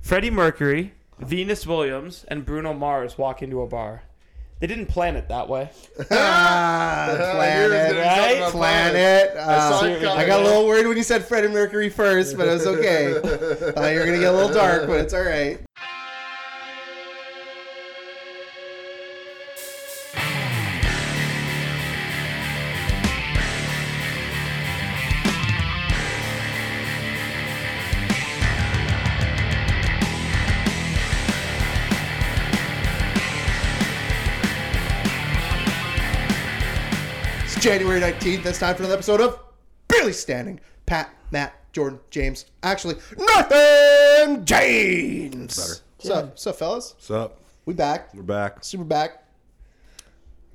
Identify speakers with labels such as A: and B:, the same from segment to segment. A: Freddie Mercury, Venus Williams, and Bruno Mars walk into a bar. They didn't plan it that way.
B: Ah, planet,
A: right?
B: planet.
C: saw
B: Ah,
C: it coming.
B: I got a little worried when you said Freddie Mercury first, but it was okay. Thought you were gonna get a little dark, but it's all right. It's January 19th. That's time for another episode of Barely Standing. Pat, Matt, Jordan, James. Actually, nothing, James.
D: Better.
B: So, so fellas,
D: What's up?
B: we back.
D: We're back.
B: Super back.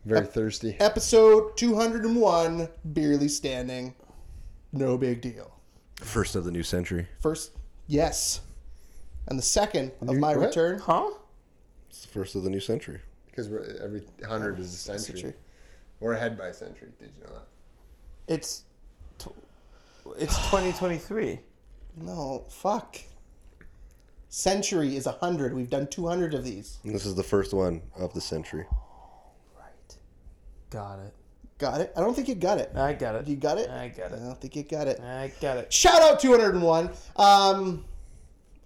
C: Very thirsty.
B: Episode 201, Barely Standing. No big deal.
D: First of the new century.
B: First, yes. And the second of my
C: what?
B: return.
A: Huh?
D: It's the first of the new century.
C: Because every hundred is a century.
B: Century.
C: We're ahead by a century. Did you know that?
A: It's tw- it's 2023.
B: No, fuck. Century is 100. We've done 200 of these.
D: And this is the first one of the century.
B: Right.
A: Got it.
B: Got it? I don't think you got it.
A: I got it.
B: You got it?
A: I got
B: I
A: it.
B: don't think you got it.
A: I got it.
B: Shout out 201. Um,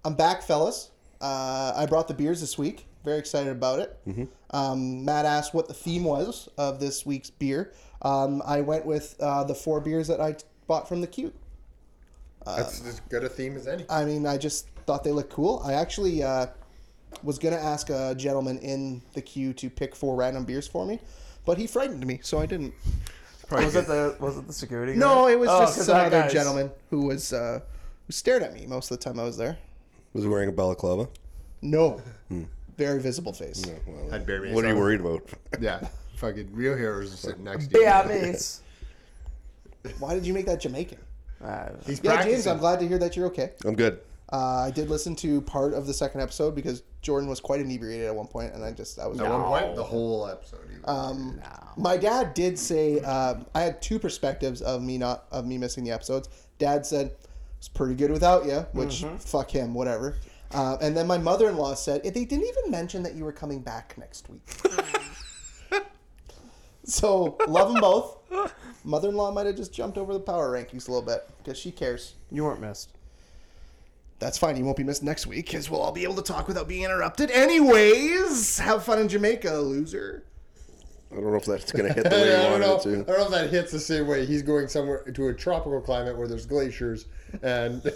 B: I'm back, fellas. Uh, I brought the beers this week. Very excited about it. Um, Matt asked what the theme was of this week's beer. Um, I went with uh, the four beers that I t- bought from the queue.
C: That's
D: Um,
C: as good a theme as any.
B: I mean, I just thought they looked cool. I actually uh, was going to ask a gentleman in the queue to pick four random beers for me, but he frightened me, so I didn't.
A: Was it the was it the security?
B: No,
A: guard?
B: it was
A: Oh,
B: just
A: 'cause
B: some
A: that
B: other
A: guy's-
B: gentleman who was uh, who stared at me most of the time I was there.
D: Was he wearing a balaclava?
B: No. Very visible face.
D: Yeah, well,
C: I'd bury
D: what are you
C: myself.
D: worried about?
C: Yeah, fucking real heroes are sitting next to you.
A: Yeah, mates.
B: Why did you make that Jamaican?
A: Ah,
C: He's
B: Yeah,
C: practicing.
B: James, I'm glad to hear that you're okay.
D: I'm good.
B: Uh, I did listen to part of the second episode because Jordan was quite inebriated at one point, and I just I was.
C: At one point, the whole episode. he was-
B: Um, My dad did say um, I had two perspectives of me not of me missing the episodes. Dad said it's pretty good without you, which fuck him, whatever. Uh, and then my mother-in-law said "Eh, they didn't even mention that you were coming back next week. so love them both. Mother-in-law might have just jumped over the power rankings a little bit because she cares.
A: you weren't missed.
B: That's fine. You won't be missed next week because we'll all be able to talk without being interrupted. Anyways, have fun in Jamaica, loser.
D: I don't know if that's going to hit the
C: I
D: way you
C: don't know. I
D: wanted
C: don't
D: it to.
C: know if that hits the same way. He's going somewhere to a tropical climate where there's glaciers and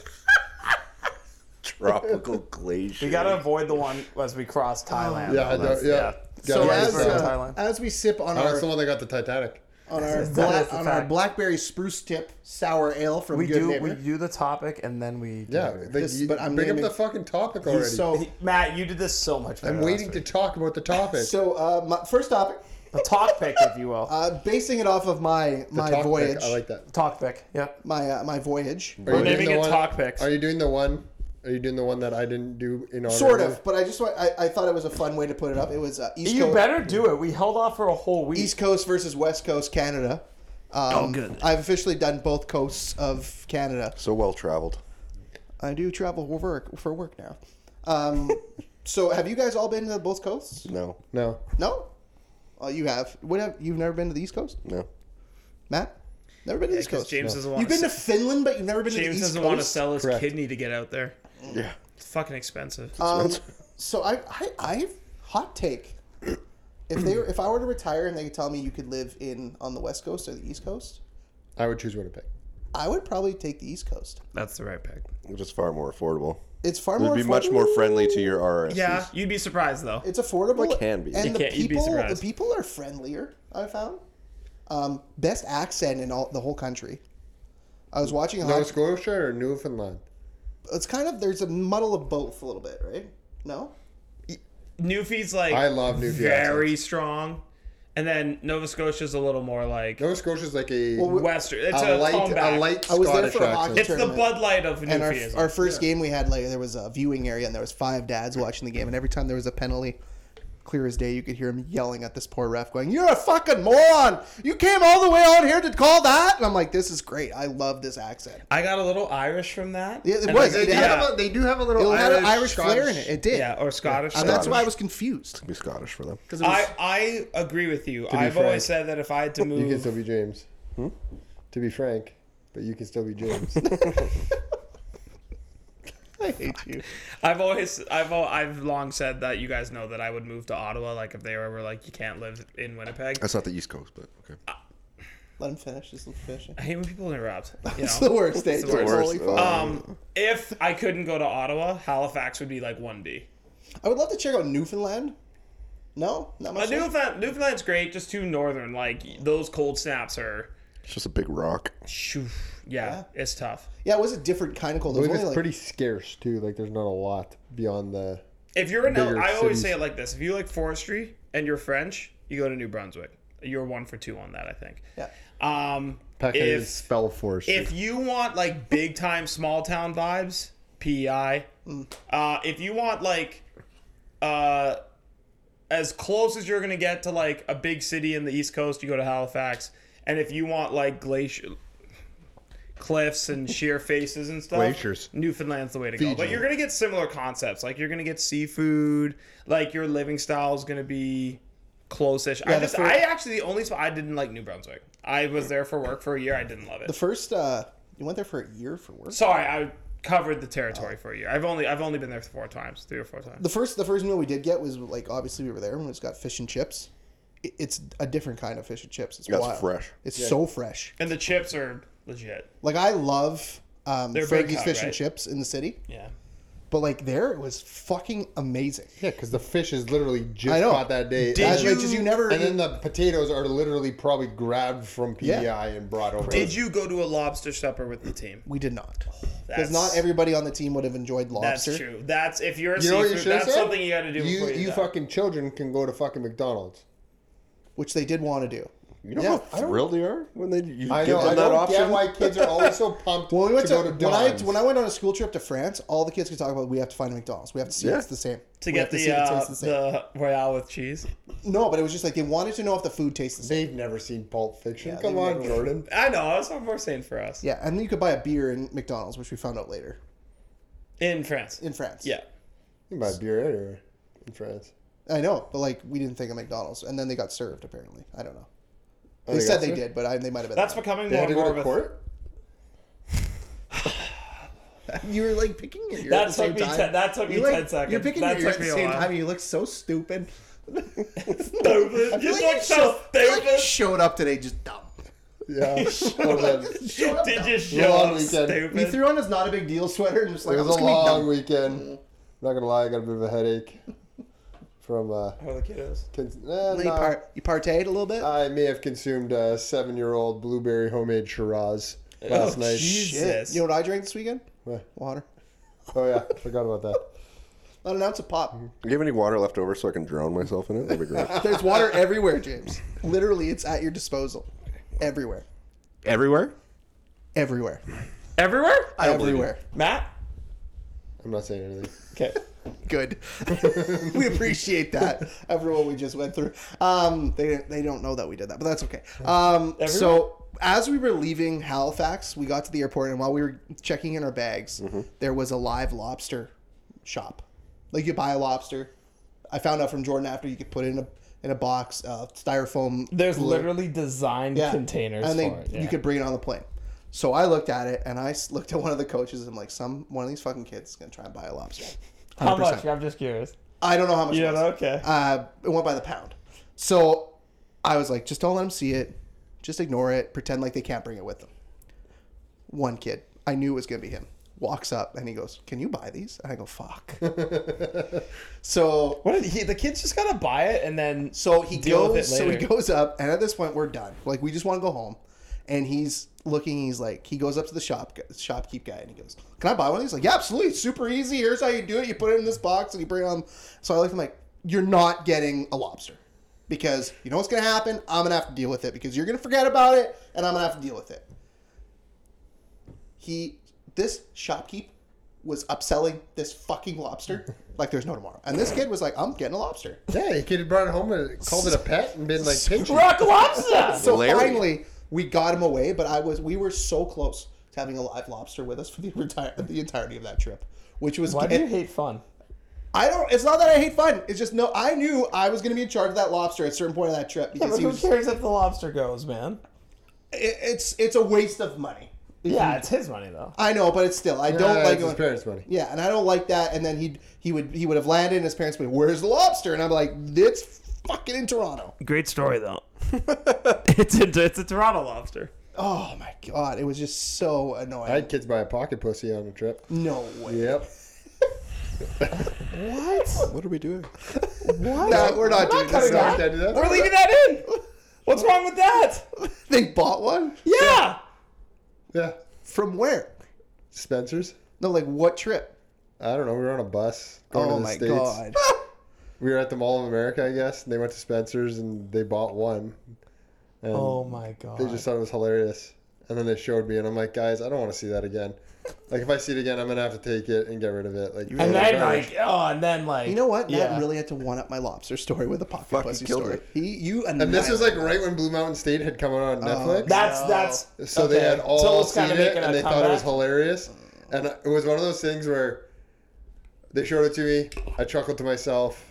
D: Tropical glacier.
A: We gotta avoid the one as we cross
B: Oh,
A: Thailand.
C: yeah, I
A: Though, that's-
C: don't- yeah.
B: So
C: Yeah,
B: as,
C: he's
A: from
B: uh,
A: Thailand.
B: as we sip on
C: Oh, that's
B: our
C: the one that got the Titanic.
B: on our
A: That
B: bla-
A: is a
B: on our
A: fact.
B: blackberry spruce tip sour ale from
A: We
B: Good
A: do we
B: Neighbor.
A: do the topic and then we
C: Yeah, like,
B: This-
C: you-
B: but I'm
C: bring
B: naming-
C: up the fucking topic already.
B: so
A: He- Matt, you did this so much better.
C: I'm waiting to talk about the topic.
B: so uh, my first topic,
A: the talk pick, if you will.
B: uh, basing it off of my my
C: Topic,
B: voyage,
C: I like that.
A: talk pick. Yep.
B: my uh, my voyage.
C: Are you
A: naming
C: doing the
A: it
C: one-
A: Talk Picks.
C: Are you doing the one? Are you doing the one that I didn't do in honor?
B: Sort of, but I just want, I, I thought it was a fun way to put it up. It was uh, East
A: You
B: Coast
A: better do it. We held off for a whole week.
B: East Coast versus West Coast Canada. Um, oh, good. I've officially done both coasts of Canada.
D: So well traveled.
B: I do travel for work for work now. Um, so have you guys all been to both coasts?
D: No,
C: No.
B: No. Oh, you have. What have you've never been to the East Coast?
D: no.
B: Matt? Never been to the East
E: 'cause
B: Coast.
E: James doesn't
B: You've
E: wanna
B: been to
E: s-
B: Finland, but you've never been to
E: James
B: the East
E: doesn't
B: Coast.
E: want to sell his
C: Correct.
E: kidney to get out there.
D: Yeah.
E: It's fucking expensive.
F: Uh,
B: Um, so I, I, I, hot take. If they, were, if I were to retire and they could tell me you could live in on the West Coast or the East Coast,
C: I would choose Winnipeg.
B: I would probably take the East Coast.
E: That's the right pick.
C: Um,
D: Which is far more affordable.
B: It's far
D: It'd
B: more.
D: be much
B: affordable.
D: more friendly to your RRSs.
E: Yeah, you'd be surprised though.
B: It's affordable.
D: It can be.
B: And
D: You
B: the
E: can't- you'd be
B: people, the
E: surprised.
B: people are friendlier. I found. Um, best accent in all the whole country. I was watching. a
A: Um,
C: Nova
B: hockey-
C: Scotia or Newfoundland?
B: it's kind of there's a muddle of both a little bit, right? No.
E: Newfie's like
C: I love Newfie
E: very strong, and then Nova Scotia's a little more like
C: Nova Scotia's like a
B: Well,
E: western. It's a,
C: a light,
E: comeback.
C: a light
B: I was there
C: Scottish
B: for a hockey-
C: accent.
E: It's the Bud Light of
B: And our,
E: Newfie.
B: our first game we had like there was a viewing area and there was five dads watching the game and every time there was a penalty Clear as day, you could hear him yelling at this poor ref, going, You're a fucking moron! You came all the way out here to call that? And I'm like, This is great. I love this accent.
A: I got a little Irish from that.
B: Yeah, it
A: And
B: was.
A: I-
C: They, do
A: yeah.
C: have a, they do have a
B: It
C: little
B: had
C: Irish,
B: an Irish
C: Scottish-
B: flair in it. It did.
A: yeah, or Scottish.
B: And that's why I was confused.
F: Be Scottish for them.
B: Because
A: I, I agree with you. I've always said that if I had to
C: You can
A: move, Hmm?
C: still be James. To be frank, but you can still be James.
B: I hate you.
A: I've always, I've, al- I've long said that you guys know that I would move to Ottawa. Like if they were ever like, you can't live in Winnipeg.
F: That's not the East Coast, but okay.
B: Let him finish this little fishing.
A: I hate when people interrupt. You
B: It's
A: know?
B: the worst day. It's
A: the worst.
B: Holy
F: Oh.
B: fuck.
A: Um, if I couldn't go to Ottawa, Halifax would be like one D.
B: I would love to check out Newfoundland. No? Not
A: But
B: much.
A: Newfoundland, Newfoundland's great, just too northern. Like those cold snaps are,
F: It's just a big rock.
A: shoo, yeah, it's tough.
B: yeah, it was a different kind of cold. It
C: I
B: was
C: believe
B: only
C: it's
B: like,
C: pretty scarce too. Like there's not a lot beyond the.
A: If you're in, L-
C: Bigger
A: I always
C: cities.
A: say it like this: if you like forestry and you're French, you go to New Brunswick. You're one for two on that, I think.
B: yeah.
A: Um,
C: Packard is
A: if
C: spell force.
A: if you want like big time small town vibes, PEI.
C: Mm.
A: Uh, if you want like, uh, as close as you're gonna get to like a big city in the East Coast, you go to Halifax. And if you want like glacier cliffs and sheer faces and stuff,
C: Glaciers.
A: Newfoundland's the way to go. But
C: Fiji.
A: you're gonna get similar concepts. Like you're gonna get seafood. Like your living style is gonna be close-ish. I
B: the
A: just,
B: fir-
A: I actually the only spot I didn't like New Brunswick. I was there for work for a year. I didn't love it.
B: The first, uh, you went there for a year for work?
A: Sorry, I covered the territory for a year. I've only I've only been there four times, three or four times.
B: The first, the first meal we did get was like obviously we were there and it's got fish and chips. It- It's a different kind of fish and chips. It's
F: Yeah, it's
B: wild.
F: fresh.
B: It's so fresh.
A: And the chips are legit.
B: Like I love um,
A: They're
B: Frankie's
A: Bangkok,
B: fish
A: right?
B: and chips in the city,
A: Yeah.
B: but like there it was fucking amazing.
C: yeah, because the fish is literally just
B: I know.
C: caught that day.
A: Did
C: and,
B: As
A: you-
B: much as you never.
C: and then
B: eat-
C: the potatoes are literally probably grabbed from PEI and brought over.
A: Did you go to a lobster supper with the team?
B: we did not
A: That's
B: because not everybody on the team would have enjoyed
A: That's
B: lobster.
A: true. That's if you're a
C: You know what you
A: seafood,
C: should have
A: that's
C: said?
A: something you got to do.
C: You
A: before you
C: you
A: die.
C: fucking children can go to fucking McDonald's.
B: which they did want to do.
F: You know
B: Yeah,
F: how thrilled they are when they you
C: I
F: give
C: know.
F: them
C: I
F: that
C: don't
F: option.
C: get why kids are always so pumped
B: Well, we went
C: to,
B: to,
C: go to
B: when I
C: Don's.
B: when I went on a school trip to France, all the kids could talk about we have to find a McDonald's. We have to see
F: Yeah.
B: if it's the same.
A: to
B: We
A: get
B: have
A: the
B: see if it
A: uh,
B: tastes same.
A: the royale with cheese.
B: no, but it was just like they wanted to know if the food tastes the same.
C: They've never seen Pulp Fiction.
B: Yeah,
C: Come
B: they've
C: on,
B: never-
C: Jordan.
A: I know that's what we're saying for us
B: Yeah, and then you could buy a beer in McDonald's, which we found out later
A: in France.
B: in France.
A: yeah.
C: You buy beer anywhere in France.
B: I know, but like we didn't think of McDonald's, and then they got served. Apparently, I don't know.
C: Oh,
B: They
C: they
B: said
C: got
B: they
C: served?
B: did, but I, they might have been.
A: That's becoming
C: They
A: more
C: had
A: and
C: to
A: more of
C: go to
A: a
C: court.
B: you were like picking your ear
A: That
B: at the same
A: took me
B: time.
A: ten- that took me
B: You,
A: 10 seconds.
B: You're picking
A: That
B: your ear
A: took
B: at the
A: me a
B: same
A: while.
B: time. You look so stupid.
A: stupid. You
B: You like
A: look
B: you
A: so
B: show- I feel like you
A: stupid.
B: showed up today just dumb.
C: Yeah. Well, that's-
B: Showed up
A: Did
B: dumb.
A: you show up
C: weekend.
B: He
A: stupid?
B: threw on his not a big deal sweater and was like,
C: It
B: "I'm
C: was
B: just
C: a
B: gonna be
C: long
B: dumb."
C: weekend. Mm-hmm. not gonna lie, I got a bit of a headache from uh.
A: Oh, the kiddos.
C: Cons- eh,
B: You,
C: nah.
B: par- you partayed a little bit.
C: I may have consumed a seven-year-old blueberry homemade Shiraz last
A: Oh,
C: night.
A: Jesus.
B: You know what I drank this weekend?
C: What?
B: Water.
C: Oh yeah, forgot about that.
B: Not an ounce of pop.
F: Do you have any water left over so I can drown myself in it? That'd be great.
B: There's water everywhere, James. Literally, it's at your disposal. Everywhere.
F: Everywhere?
B: Everywhere.
A: Everywhere,
B: Everywhere.
A: Matt.
C: I'm not saying anything.
A: Okay.
B: Good. we appreciate that after what we just went through. Um, they they don't know that we did that, but that's okay. Um, so as we were leaving Halifax, we got to the airport, and while we were checking in our bags, there was a live lobster shop. Like you buy a lobster. I found out from Jordan after you could put it in a in a box, uh, styrofoam.
A: There's
B: lid.
A: literally designed
B: Yeah.
A: containers
B: and they,
A: for it. Yeah.
B: you could bring it on the plane. So I looked at it and I s- looked at one of the coaches and I'm like, some one of these fucking kids is gonna try and buy a lobster.
A: How
B: 100%.
A: much? I'm just curious.
B: I don't know how much.
A: You
B: it
A: don't
B: was.
A: know? Okay.
B: Uh, it went by the pound. So I was like, just don't let them see it. Just ignore it. Pretend like they can't bring it with them. One kid, I knew it was gonna be him. Walks up and he goes, "Can you buy these?" And I go, "Fuck." so
A: What did he, the kids just gotta buy it and then
B: so he
A: Deal with
B: goes.
A: it
B: So he
A: later.
B: goes up, and at this point, we're done. Like we just want to go home. And he's looking. He's like, he goes up to the shop shopkeep guy, and he goes, "Can I buy one?" of these?" like, "Yeah, absolutely. It's super easy. Here's how you do it. You put it in this box, and you bring it on." So I look at him like, "You're not getting a lobster." Because you know what's gonna happen. I'm gonna have to deal with it. Because you're gonna forget about it, and I'm gonna have to deal with it. He, this shopkeep, was upselling this fucking lobster like there's no tomorrow. And this kid was like, I'm getting a lobster.
C: Yeah, he could have brought it home and called it a pet and been like pinchy.
A: Rock lobster.
B: So
D: Larry.
B: finally, we got him away. But I was we were so close to having a live lobster with us for the entire the entirety of that trip, which was
A: Why do you hate fun?
B: I don't. It's not that I hate fun. It's just no. I knew I was going to be in charge of that lobster at a certain point of that trip because he
A: who
B: was.
A: cares if the lobster goes, man?
B: it- it's it's a waste of money.
A: Yeah, it's his money though.
B: I know, but it's still I don't
C: Yeah,
B: like
C: it's his
B: it.
C: parents' money.
B: Yeah, and I don't like that. And then he he would he would have landed, and his parents would be, "Where's the lobster?" And I'm like, "It's fucking in Toronto."
A: Great story though. it's a it's a Toronto lobster.
B: Oh my god, it was just so annoying.
C: I had kids buy a pocket pussy on a trip.
B: no way.
C: Yep.
D: What are we doing?
B: No, we're not doing this.
C: That's not what I did.
E: We're leaving that in. What's wrong with that?
B: They bought one
E: Yeah.
C: Yeah.
B: from where?
C: Spencer's.
B: No, like what trip?
C: I don't know. We were on a bus going
B: Oh
C: to the
B: my
C: States.
B: god.
C: We were at the Mall of America, I guess, and they went to Spencer's and they bought one. And
A: Oh my god.
C: They just thought it was hilarious. And then they showed me, and I'm like, guys, I don't want to see that again. Like, if I see it again, I'm going to have to take it and get rid of it. Like,
A: and then like oh, and then like
B: You know what? Nat
A: Yeah.
B: really had to one up my lobster story with a pocket
D: Fucking
B: pussy
D: killed
B: story.
D: it.
B: He, you,
C: And this was like right when Blue Mountain State had come out
A: Uh,
C: on Netflix.
A: That's
B: No.
A: that's
C: so they
A: okay.
C: had all
A: So it's
C: seen
A: kinda
C: it,
A: making a
C: and they thought it was
A: comeback.
C: hilarious. And it was one of those things where they showed it to me. I chuckled to myself,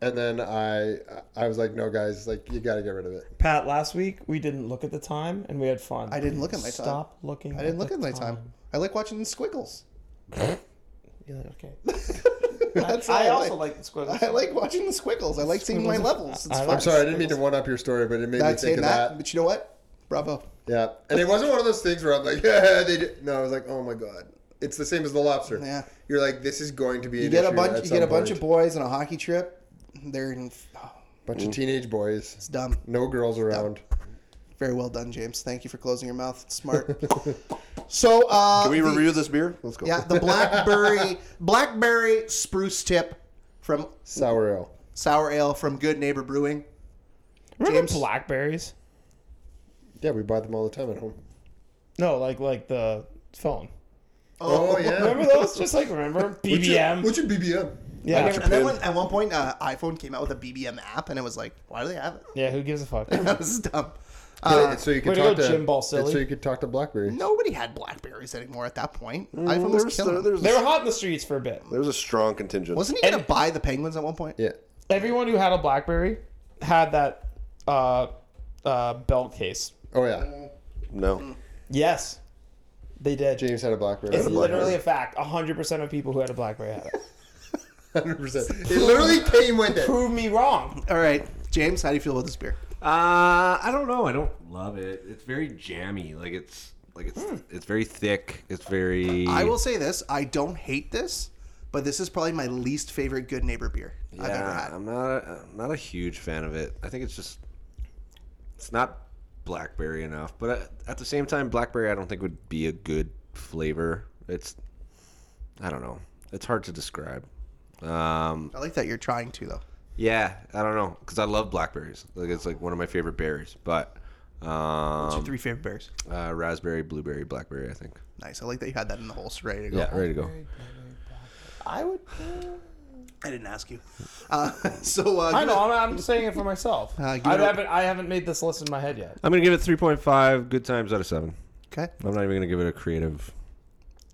C: and then I I was like, "No, guys, like you got to get rid of it."
A: Pat, last week we didn't look at the time and we had fun.
B: I didn't look at my time.
A: Stop looking.
B: I didn't look at my time. I like watching the squiggles.
A: You're like, okay.
B: That's
A: I,
B: what
A: also like the squiggles.
B: I like watching the squiggles. I like seeing my levels. It's
A: I
B: fun.
A: like
C: I'm sorry, I didn't mean to one up your story, but it made
B: That's
C: me think
B: it,
C: of
B: Matt.
C: that.
B: But you know what? Bravo.
C: Yeah, and it wasn't one of those things where I'm like, "Yeah, they did." No, I was like, "Oh my god." It's the same as the lobster.
B: Yeah.
C: You're like, this is going to be.
B: You get a bunch. You get a bunch of boys on a hockey trip. They're in, oh,
C: bunch of teenage boys.
B: it's dumb.
C: No girls around.
B: Very well done, James. Thank you for closing your mouth. It's smart. so uh,
D: Can we
B: the-
D: review this beer? Let's go.
B: Yeah, the blackberry blackberry spruce tip from
C: Sour ale.
B: sour ale from Good Neighbor Brewing.
A: Remember
B: James-
A: blackberries?
C: Yeah, we buy them all the time at home.
A: No, like like the phone.
C: Oh, yeah.
A: Remember those? Just like remember BBM.
C: What's your BBM?
A: yeah,
B: And then when, at one point, uh, iPhone came out with a BBM app, and it was like, why do they have it?
A: yeah. Who gives a fuck?
B: That was dumb. Uh,
C: But- so you
A: Uh, way
C: could
A: to
C: talk
A: go,
C: to
A: Jim Balsillie.
C: it's So you could talk to BlackBerry.
B: Nobody had Blackberries anymore at that point.
D: Well,
B: iPhone
D: there
B: was
D: was,
B: killing.
D: there,
B: them.
D: there was,
A: They were
D: a,
A: hot in the streets for a bit.
D: there was a strong contingent.
B: Wasn't he gonna buy the Penguins at one point?
C: Yeah.
A: Everyone who had a BlackBerry had that uh, uh, belt case.
C: Oh yeah.
D: no.
A: Yes, they did.
C: James had a BlackBerry.
A: It's literally a fact. hundred percent of people who had a BlackBerry had it.
C: hundred percent. It literally came with it.
A: Prove me wrong.
B: All right, James, how do you feel about this beer?
F: Uh, I don't know. I don't love it. It's very jammy. Like it's like it's it's very thick. It's very.
B: I will say this: I don't hate this, but this is probably my least favorite Good Neighbor beer I've ever
F: Yeah,
B: had.
F: I'm not. A, I'm not a huge fan of it. I think it's just. It's not blackberry enough, but at, at the same time, blackberry I don't think would be a good flavor. It's. I don't know. It's hard to describe. Um,
B: I like that you're trying to though.
F: yeah, I don't know because I love blackberries. Like it's like one of my favorite berries, but
B: What's
F: um,
B: your three favorite beers?
F: uh, raspberry, blueberry, blackberry. I think.
B: Nice. I like that you had that in the holster ready to go.
F: Yeah, ready to go.
A: I would.
B: uh, I didn't ask you. Uh, so uh,
A: I
B: give
A: know.
B: it-
A: I'm, I'm saying it for myself.
B: Uh,
A: I
B: give it a-
A: haven't. I haven't made this list in my head yet.
F: I'm gonna give it 3.5 good times out of seven.
B: Okay.
F: I'm not even gonna give it a creative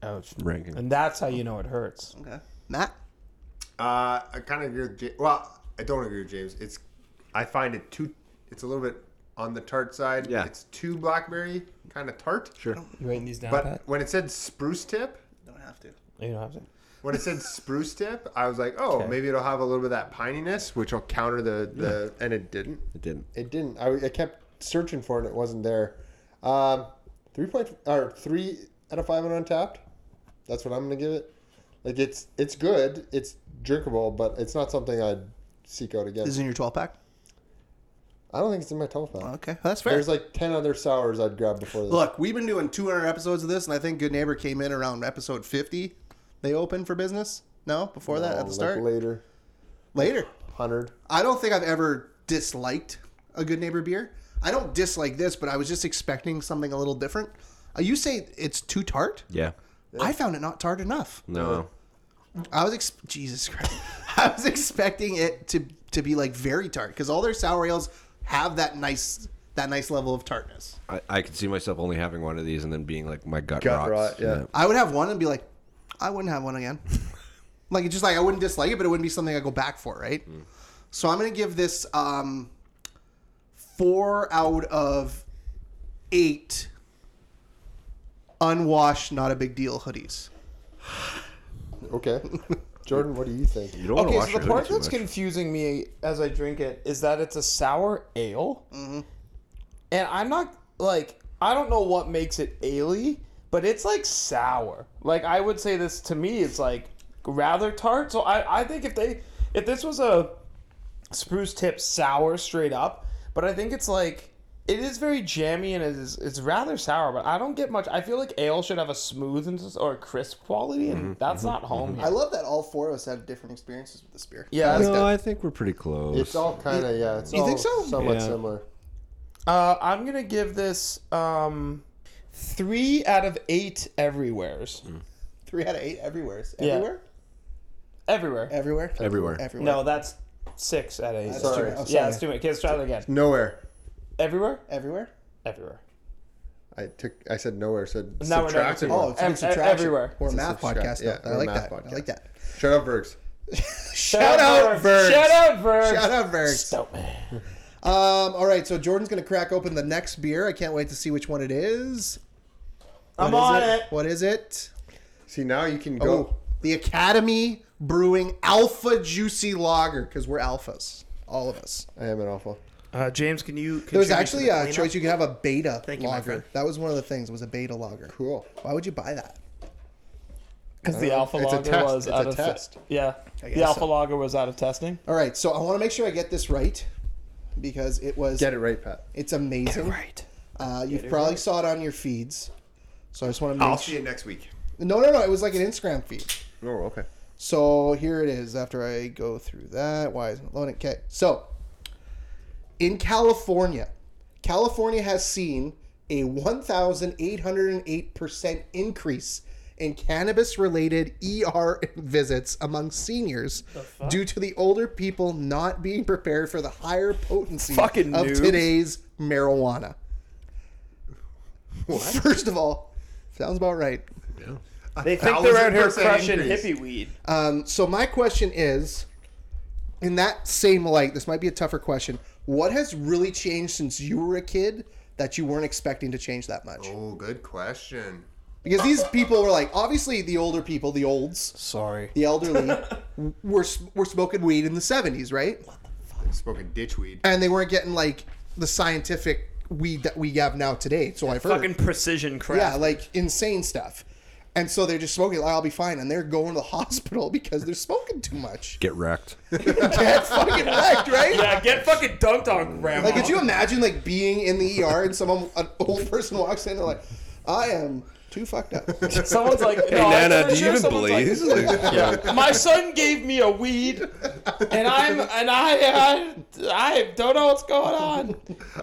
A: Ouch.
F: ranking.
A: And that's how you know it hurts.
B: Okay. Matt.
C: Uh, I kind of agree with James. Well, I don't agree with James. It's, I find it too. It's a little bit on the tart side.
F: Yeah.
C: It's too blackberry, kind of tart. Sure.
A: You writing these down, Pat?
C: But when it said spruce tip,
B: Don't have to.
A: You don't have to.
C: when it said spruce tip, I was like, oh, maybe it'll have a little bit of that pininess, which will counter the the. And it didn't.
F: It didn't.
C: It didn't. I, I kept searching for it. and It wasn't there. Um, three point or three out of five on Untapped. That's what I'm gonna give it. Like it's it's good. It's drinkable, but it's not something I'd seek out again.
B: This is in your 12 pack.
C: I don't think it's in my top five.
B: Okay, that's fair.
C: There's like ten other sours I'd grab before this.
B: Look, we've been doing 200 episodes of this, and I think Good Neighbor came in around episode 50. They opened for business. No, before that
C: Oh,
B: at the
C: like
B: start.
C: later,
B: Later.
C: hundred.
B: I don't think I've ever disliked a Good Neighbor beer. I don't dislike this, but I was just expecting something a little different. Uh, you say it's too tart?
F: Yeah.
B: I found it not tart enough.
F: No.
B: I was ex- Jesus Christ. I was expecting it to to be like very tart because all their sour ales have that nice that nice level of tartness.
F: I, I could see myself only having one of these and then being like, my gut,
C: Gut
F: rots.
C: rot, yeah.
B: I would have one and be like, I wouldn't have one again. like it's just like I wouldn't dislike it, but it wouldn't be something I go back for, right?
C: Mm.
B: So I'm gonna give this um four out of eight unwashed, not a big deal hoodies.
C: Okay. Jordan, what do you think?
F: You don't
E: Okay,
F: want to
E: so
F: wash
E: the
F: your
E: part
F: hoodie
E: that's
F: too much.
E: confusing me as I drink it is that it's a sour ale, and I'm not like I don't know what makes it aly, but it's like sour. Like I would say this to me, it's like rather tart. So I I think if they if this was a spruce tip sour straight up, but I think it's like. It is very jammy and it is, it's rather sour, but I don't get much. I feel like ale should have a smooth and or crisp quality, and
F: Mm-hmm.
E: that's not home here.
B: I love that all four of us had different experiences with this beer.
E: yeah, that's
F: No, I think we're pretty close.
C: It's all kind of, yeah. It's
B: You
C: all
B: think so?
C: somewhat
F: Yeah.
C: similar.
E: Uh, I'm gonna give this um, three out of eight everywheres.
B: Three out of eight everywhere. Everywhere?
E: Everywhere.
B: Everywhere?
F: Everywhere.
B: Everywhere.
E: No, that's six out of eight.
B: That's
C: Sorry.
B: too- oh,
E: yeah, that's too many. Okay, let's try that again.
C: Nowhere.
E: Everywhere.
B: Everywhere?
E: Everywhere.
C: I took. I said nowhere. Said
E: No, we're not.
C: subtracted
B: Oh,
C: one.
B: it's a
E: Ev-
B: good
E: ev-
B: subtraction.
E: everywhere.
B: We're a
C: It's a
B: math
C: subtract-
B: podcast.
C: yeah,
B: though.
C: we're
B: I
C: a
B: like
C: math
B: that. I like
C: podcast.
B: that.
C: Shut up, Bergs.
B: Shout out, Bergs.
E: Shout out Verge.
B: Shout out, Vergs.
E: Stop man.
B: Um, all right, so Jordan's going to crack open the next beer. I can't wait to see which one it is.
E: I'm
B: What
E: on
B: is
E: it.
B: What is it?
C: See now you can go.
B: Oh, the Academy Brewing Alpha Juicy Lager, because we're alphas, all of us.
C: I am an awful.
A: Uh, James, can you?
B: There was actually uh, a choice you could have a beta
A: Thank you, my
B: lager.
A: friend.
B: that was one of the things, was a beta lager.
C: Cool.
B: Why would you buy that?
E: Because the alpha
C: It's a
E: logger
C: test.
E: was
C: It's
E: out
C: a
E: of
C: test.
E: yeah.
B: guess
E: The alpha
B: so.
E: logger was out of testing.
B: All right, so I want to make sure I get this right because it was
C: Get it right, Pat.
B: it's amazing.
A: Right.
B: Uh, you probably saw it on your feeds, so I just want to make.
D: I'll
B: sure.
D: see you next week.
B: No, no, no! It was like an Instagram feed.
C: Oh, okay.
B: So here it is. After I go through that, why isn't it loading? Okay, so in California, California has seen a 1,808% increase in cannabis related ER visits among seniors due to the older people not being prepared for the higher potency
A: Fucking
B: of
A: noobs.
B: today's marijuana. First of all, sounds about right.
A: They think they're out here
D: 1000%
A: crushing
D: increase.
A: hippie weed.
B: Um, so my question is, in that same light, this might be a tougher question. What has really changed since you were a kid that you weren't expecting to change that much?
D: Oh, good question.
B: Because these people were like, obviously the older people, the olds,
A: Sorry.
B: the elderly, were s- were smoking weed in the seventies, right?
D: Smoking ditchweed.
B: And they weren't getting like the scientific weed that we have now today. So I've heard.
A: Fucking precision crap.
B: Yeah, like insane stuff. And so they're just smoking. Like, I'll be fine. And they're going to the hospital because they're smoking too much.
F: Get wrecked.
B: Get fucking wrecked, right?
A: Yeah, get fucking dunked on, grandma.
B: Like, could you imagine like being in the ER and someone, an old person walks in and like, I am too fucked up.
E: Someone's like, no, I'm pretty sure someone's like,
A: yeah. My son gave me a weed, and I'm and I I, I don't know what's going on.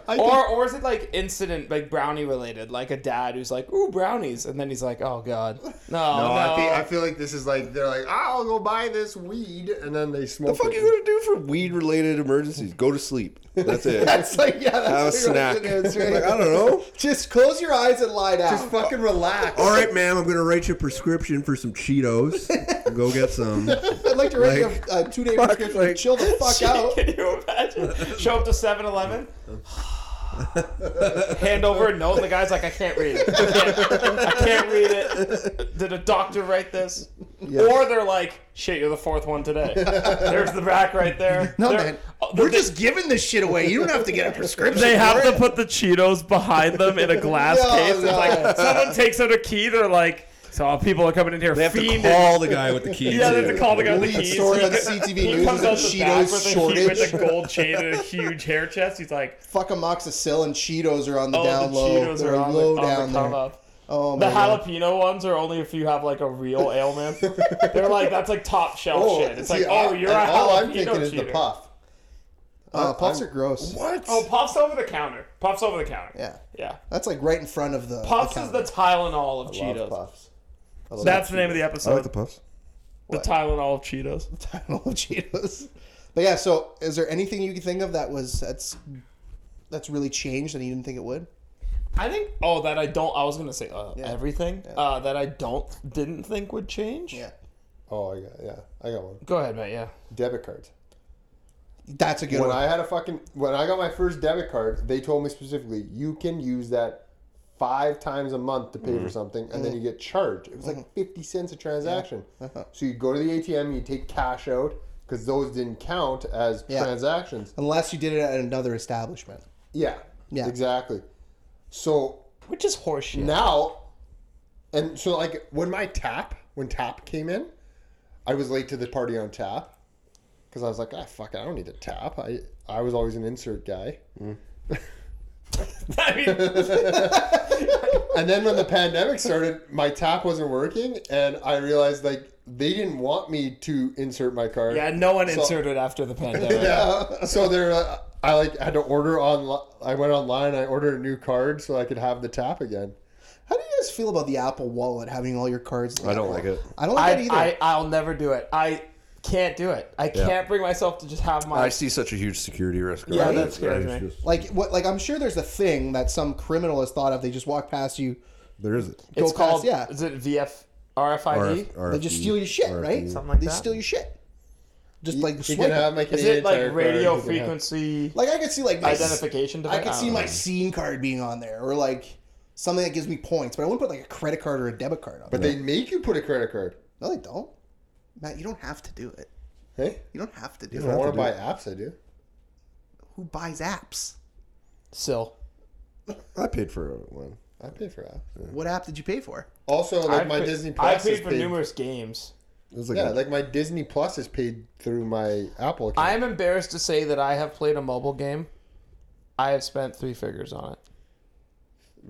A: or or is it like incident like brownie related? Like a dad who's like, "Ooh, brownies," and then he's like, "Oh God, no, no."
D: Oh, I, think, I
A: I
D: feel like this is like they're like "Ah, I'll go buy this weed and then they
F: What
D: smoke.
F: the fuck are
D: it.
F: you going to do for weed related emergencies? Go to sleep. That's it.
B: That's like, yeah,
F: Have a
B: that's what
F: snack.
B: it is, right?
F: Like, I don't know.
B: Just close your eyes and lie down.
C: Just fucking relax.
F: All right, ma'am, I'm going to write you a prescription for some Cheetos. Go get some.
B: I'd like to write you
F: like,
B: a, a two-day
F: fuck,
B: prescription.
F: like-
B: chill the fuck out.
A: Can you imagine? Show up to 7-Eleven, hand over a note. The guy's like, "I can't read it. I can't, I can't read it. Did a doctor write this?" Or they're like, "Shit, you're the fourth one today." There's the back right there.
B: No,
A: They're-
B: man.
A: oh,
B: We're
A: they-
B: just giving this shit away. You don't have to get a prescription.
A: They have
B: for
A: to put the Cheetos behind them in a glass
B: No,
A: case.
B: no.
A: It's like someone takes out a key. They're like, "So people are coming in here."
F: They have to
A: fiending.
F: call the guy with the keys.
A: Yeah, they have
F: too.
A: to call the guy with the
B: Lead
A: keys.
B: story on
A: He-
B: CTV
A: he
B: News
A: comes out
B: is
A: the
B: a
A: back with
B: Cheetos
A: a, he- with
B: shortage.
A: a gold chain and a huge hair chest. He's like,
B: Fuck amoxicillin. Cheetos are on the
A: "Oh,
B: down
A: the
B: low.
A: Cheetos
B: They're
A: are on
B: low
A: the, on
B: down
A: the come
B: there.
A: up."
B: Oh
A: The
B: my god.
A: jalapeno ones are only if you have like a real ailment. They're like that's like top shelf
C: Oh,
A: shit. It's
C: see,
A: like, oh,
C: I-
A: you're a
C: and
A: jalapeno
C: all I'm thinking
A: cheater.
C: is the puff.
B: Uh, puffs
C: I'm-
B: are gross.
C: What?
A: Oh, puffs over the counter. Puffs over the counter.
B: Yeah.
A: yeah.
B: That's like right in front of the.
A: Puffs
B: the
A: is
B: counter.
A: the Tylenol of
C: Love
A: Cheetos.
C: puffs. I love
E: That's the name of the
G: I
E: episode.
G: like the puffs.
E: the Tylenol of Cheetos.
B: I don't know Cheetos. But yeah, so is there anything you can think of that was that's that's really changed and you didn't think it would?
A: I think. Oh, that I don't. I was gonna say uh,
B: Yeah.
A: everything uh, that I don't didn't think would change.
C: Oh, I got yeah, I got one.
A: Go ahead, Matt. Yeah.
C: Debit cards.
B: That's a good
C: When
B: one.
C: I had a fucking when I got my first debit card, they told me specifically you can use that five times a month to pay
B: Mm-hmm.
C: for something, and then you get charged. It was like fifty cents a transaction.
B: Uh-huh.
C: So you go to the ATM, you take cash out because those didn't count as
B: Yeah.
C: transactions.
B: Unless you did it at another establishment.
C: Yeah,
B: Yeah.
C: exactly. So
A: Which is horseshit.
C: now and so like when my tap when tap came in i was late to the party on tap because i was like ah fuck it i don't need to tap i i was always an insert guy
E: I mean,
C: and then when the pandemic started my tap wasn't working and i realized like they didn't want me to insert my card
A: yeah, no one
C: So-
A: inserted after the pandemic.
C: yeah. so they're uh, i like had to order on i went online i ordered a new card so i could have the tap again
B: How do you guys feel about the Apple Wallet having all your cards? in
G: I
B: the
G: don't
B: Apple
G: like
B: Wallet?
G: it.
B: I don't like it
A: I,
B: either.
A: I I'll never do it. I can't do it. I can't bring myself to just have my.
F: I see such a huge security risk.
A: Yeah,
F: around
A: that
F: it.
A: scares
G: It's
A: me.
G: just-
B: like what? Like I'm sure there's a thing that some criminal has thought of. They just walk past you,
G: there is it.
B: go
A: It's called.
B: past, yeah.
A: Is it VF
F: E.
A: RFID?
G: RF,
B: they just steal your shit, right?
A: Something like
B: they
A: that.
B: steal your shit. Just like
C: you
B: swipe.
C: can
B: it.
C: have my
A: Is
C: Canadian
A: it like
C: Tire
A: radio
C: card, you can have-
A: frequency
B: like I could see like my
A: identification device?
B: I could
A: don't
B: see
A: know.
B: my scene card being on there, or like something that gives me points. But I wouldn't put like a credit card or a debit card on.
C: but they make you put a credit card
B: there. no, they don't. Matt, you don't have to do it.
C: hey
B: You don't have to do
C: If
B: it.
C: I want to
G: do
C: buy apps, I do.
B: Who buys apps?
A: Still.
G: I paid for one.
C: I pay for apps.
B: What app did you pay for?
C: Also, like
A: I've
C: my
A: paid-
C: Disney
A: I
C: Plus
A: paid
C: is
A: for
C: paid.
A: numerous games.
G: It was like,
C: Yeah,
G: a-
C: like my Disney Plus is paid through my Apple account.
A: I am embarrassed to say that I have played a mobile game. I have spent three figures on it.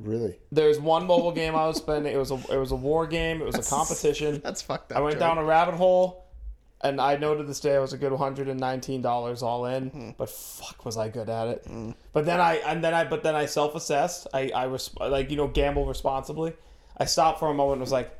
C: really?
A: There's one mobile game I was spending. It was a it was a war game. It was a competition.
B: That's fucked up.
A: I went
B: Joey.
A: down a rabbit hole, and I know to this day I was a good hundred and nineteen dollars all in. But fuck, was I good at it? But then I and then I but then I self assessed. I I was like you know gamble responsibly. I stopped for a moment. and Was like.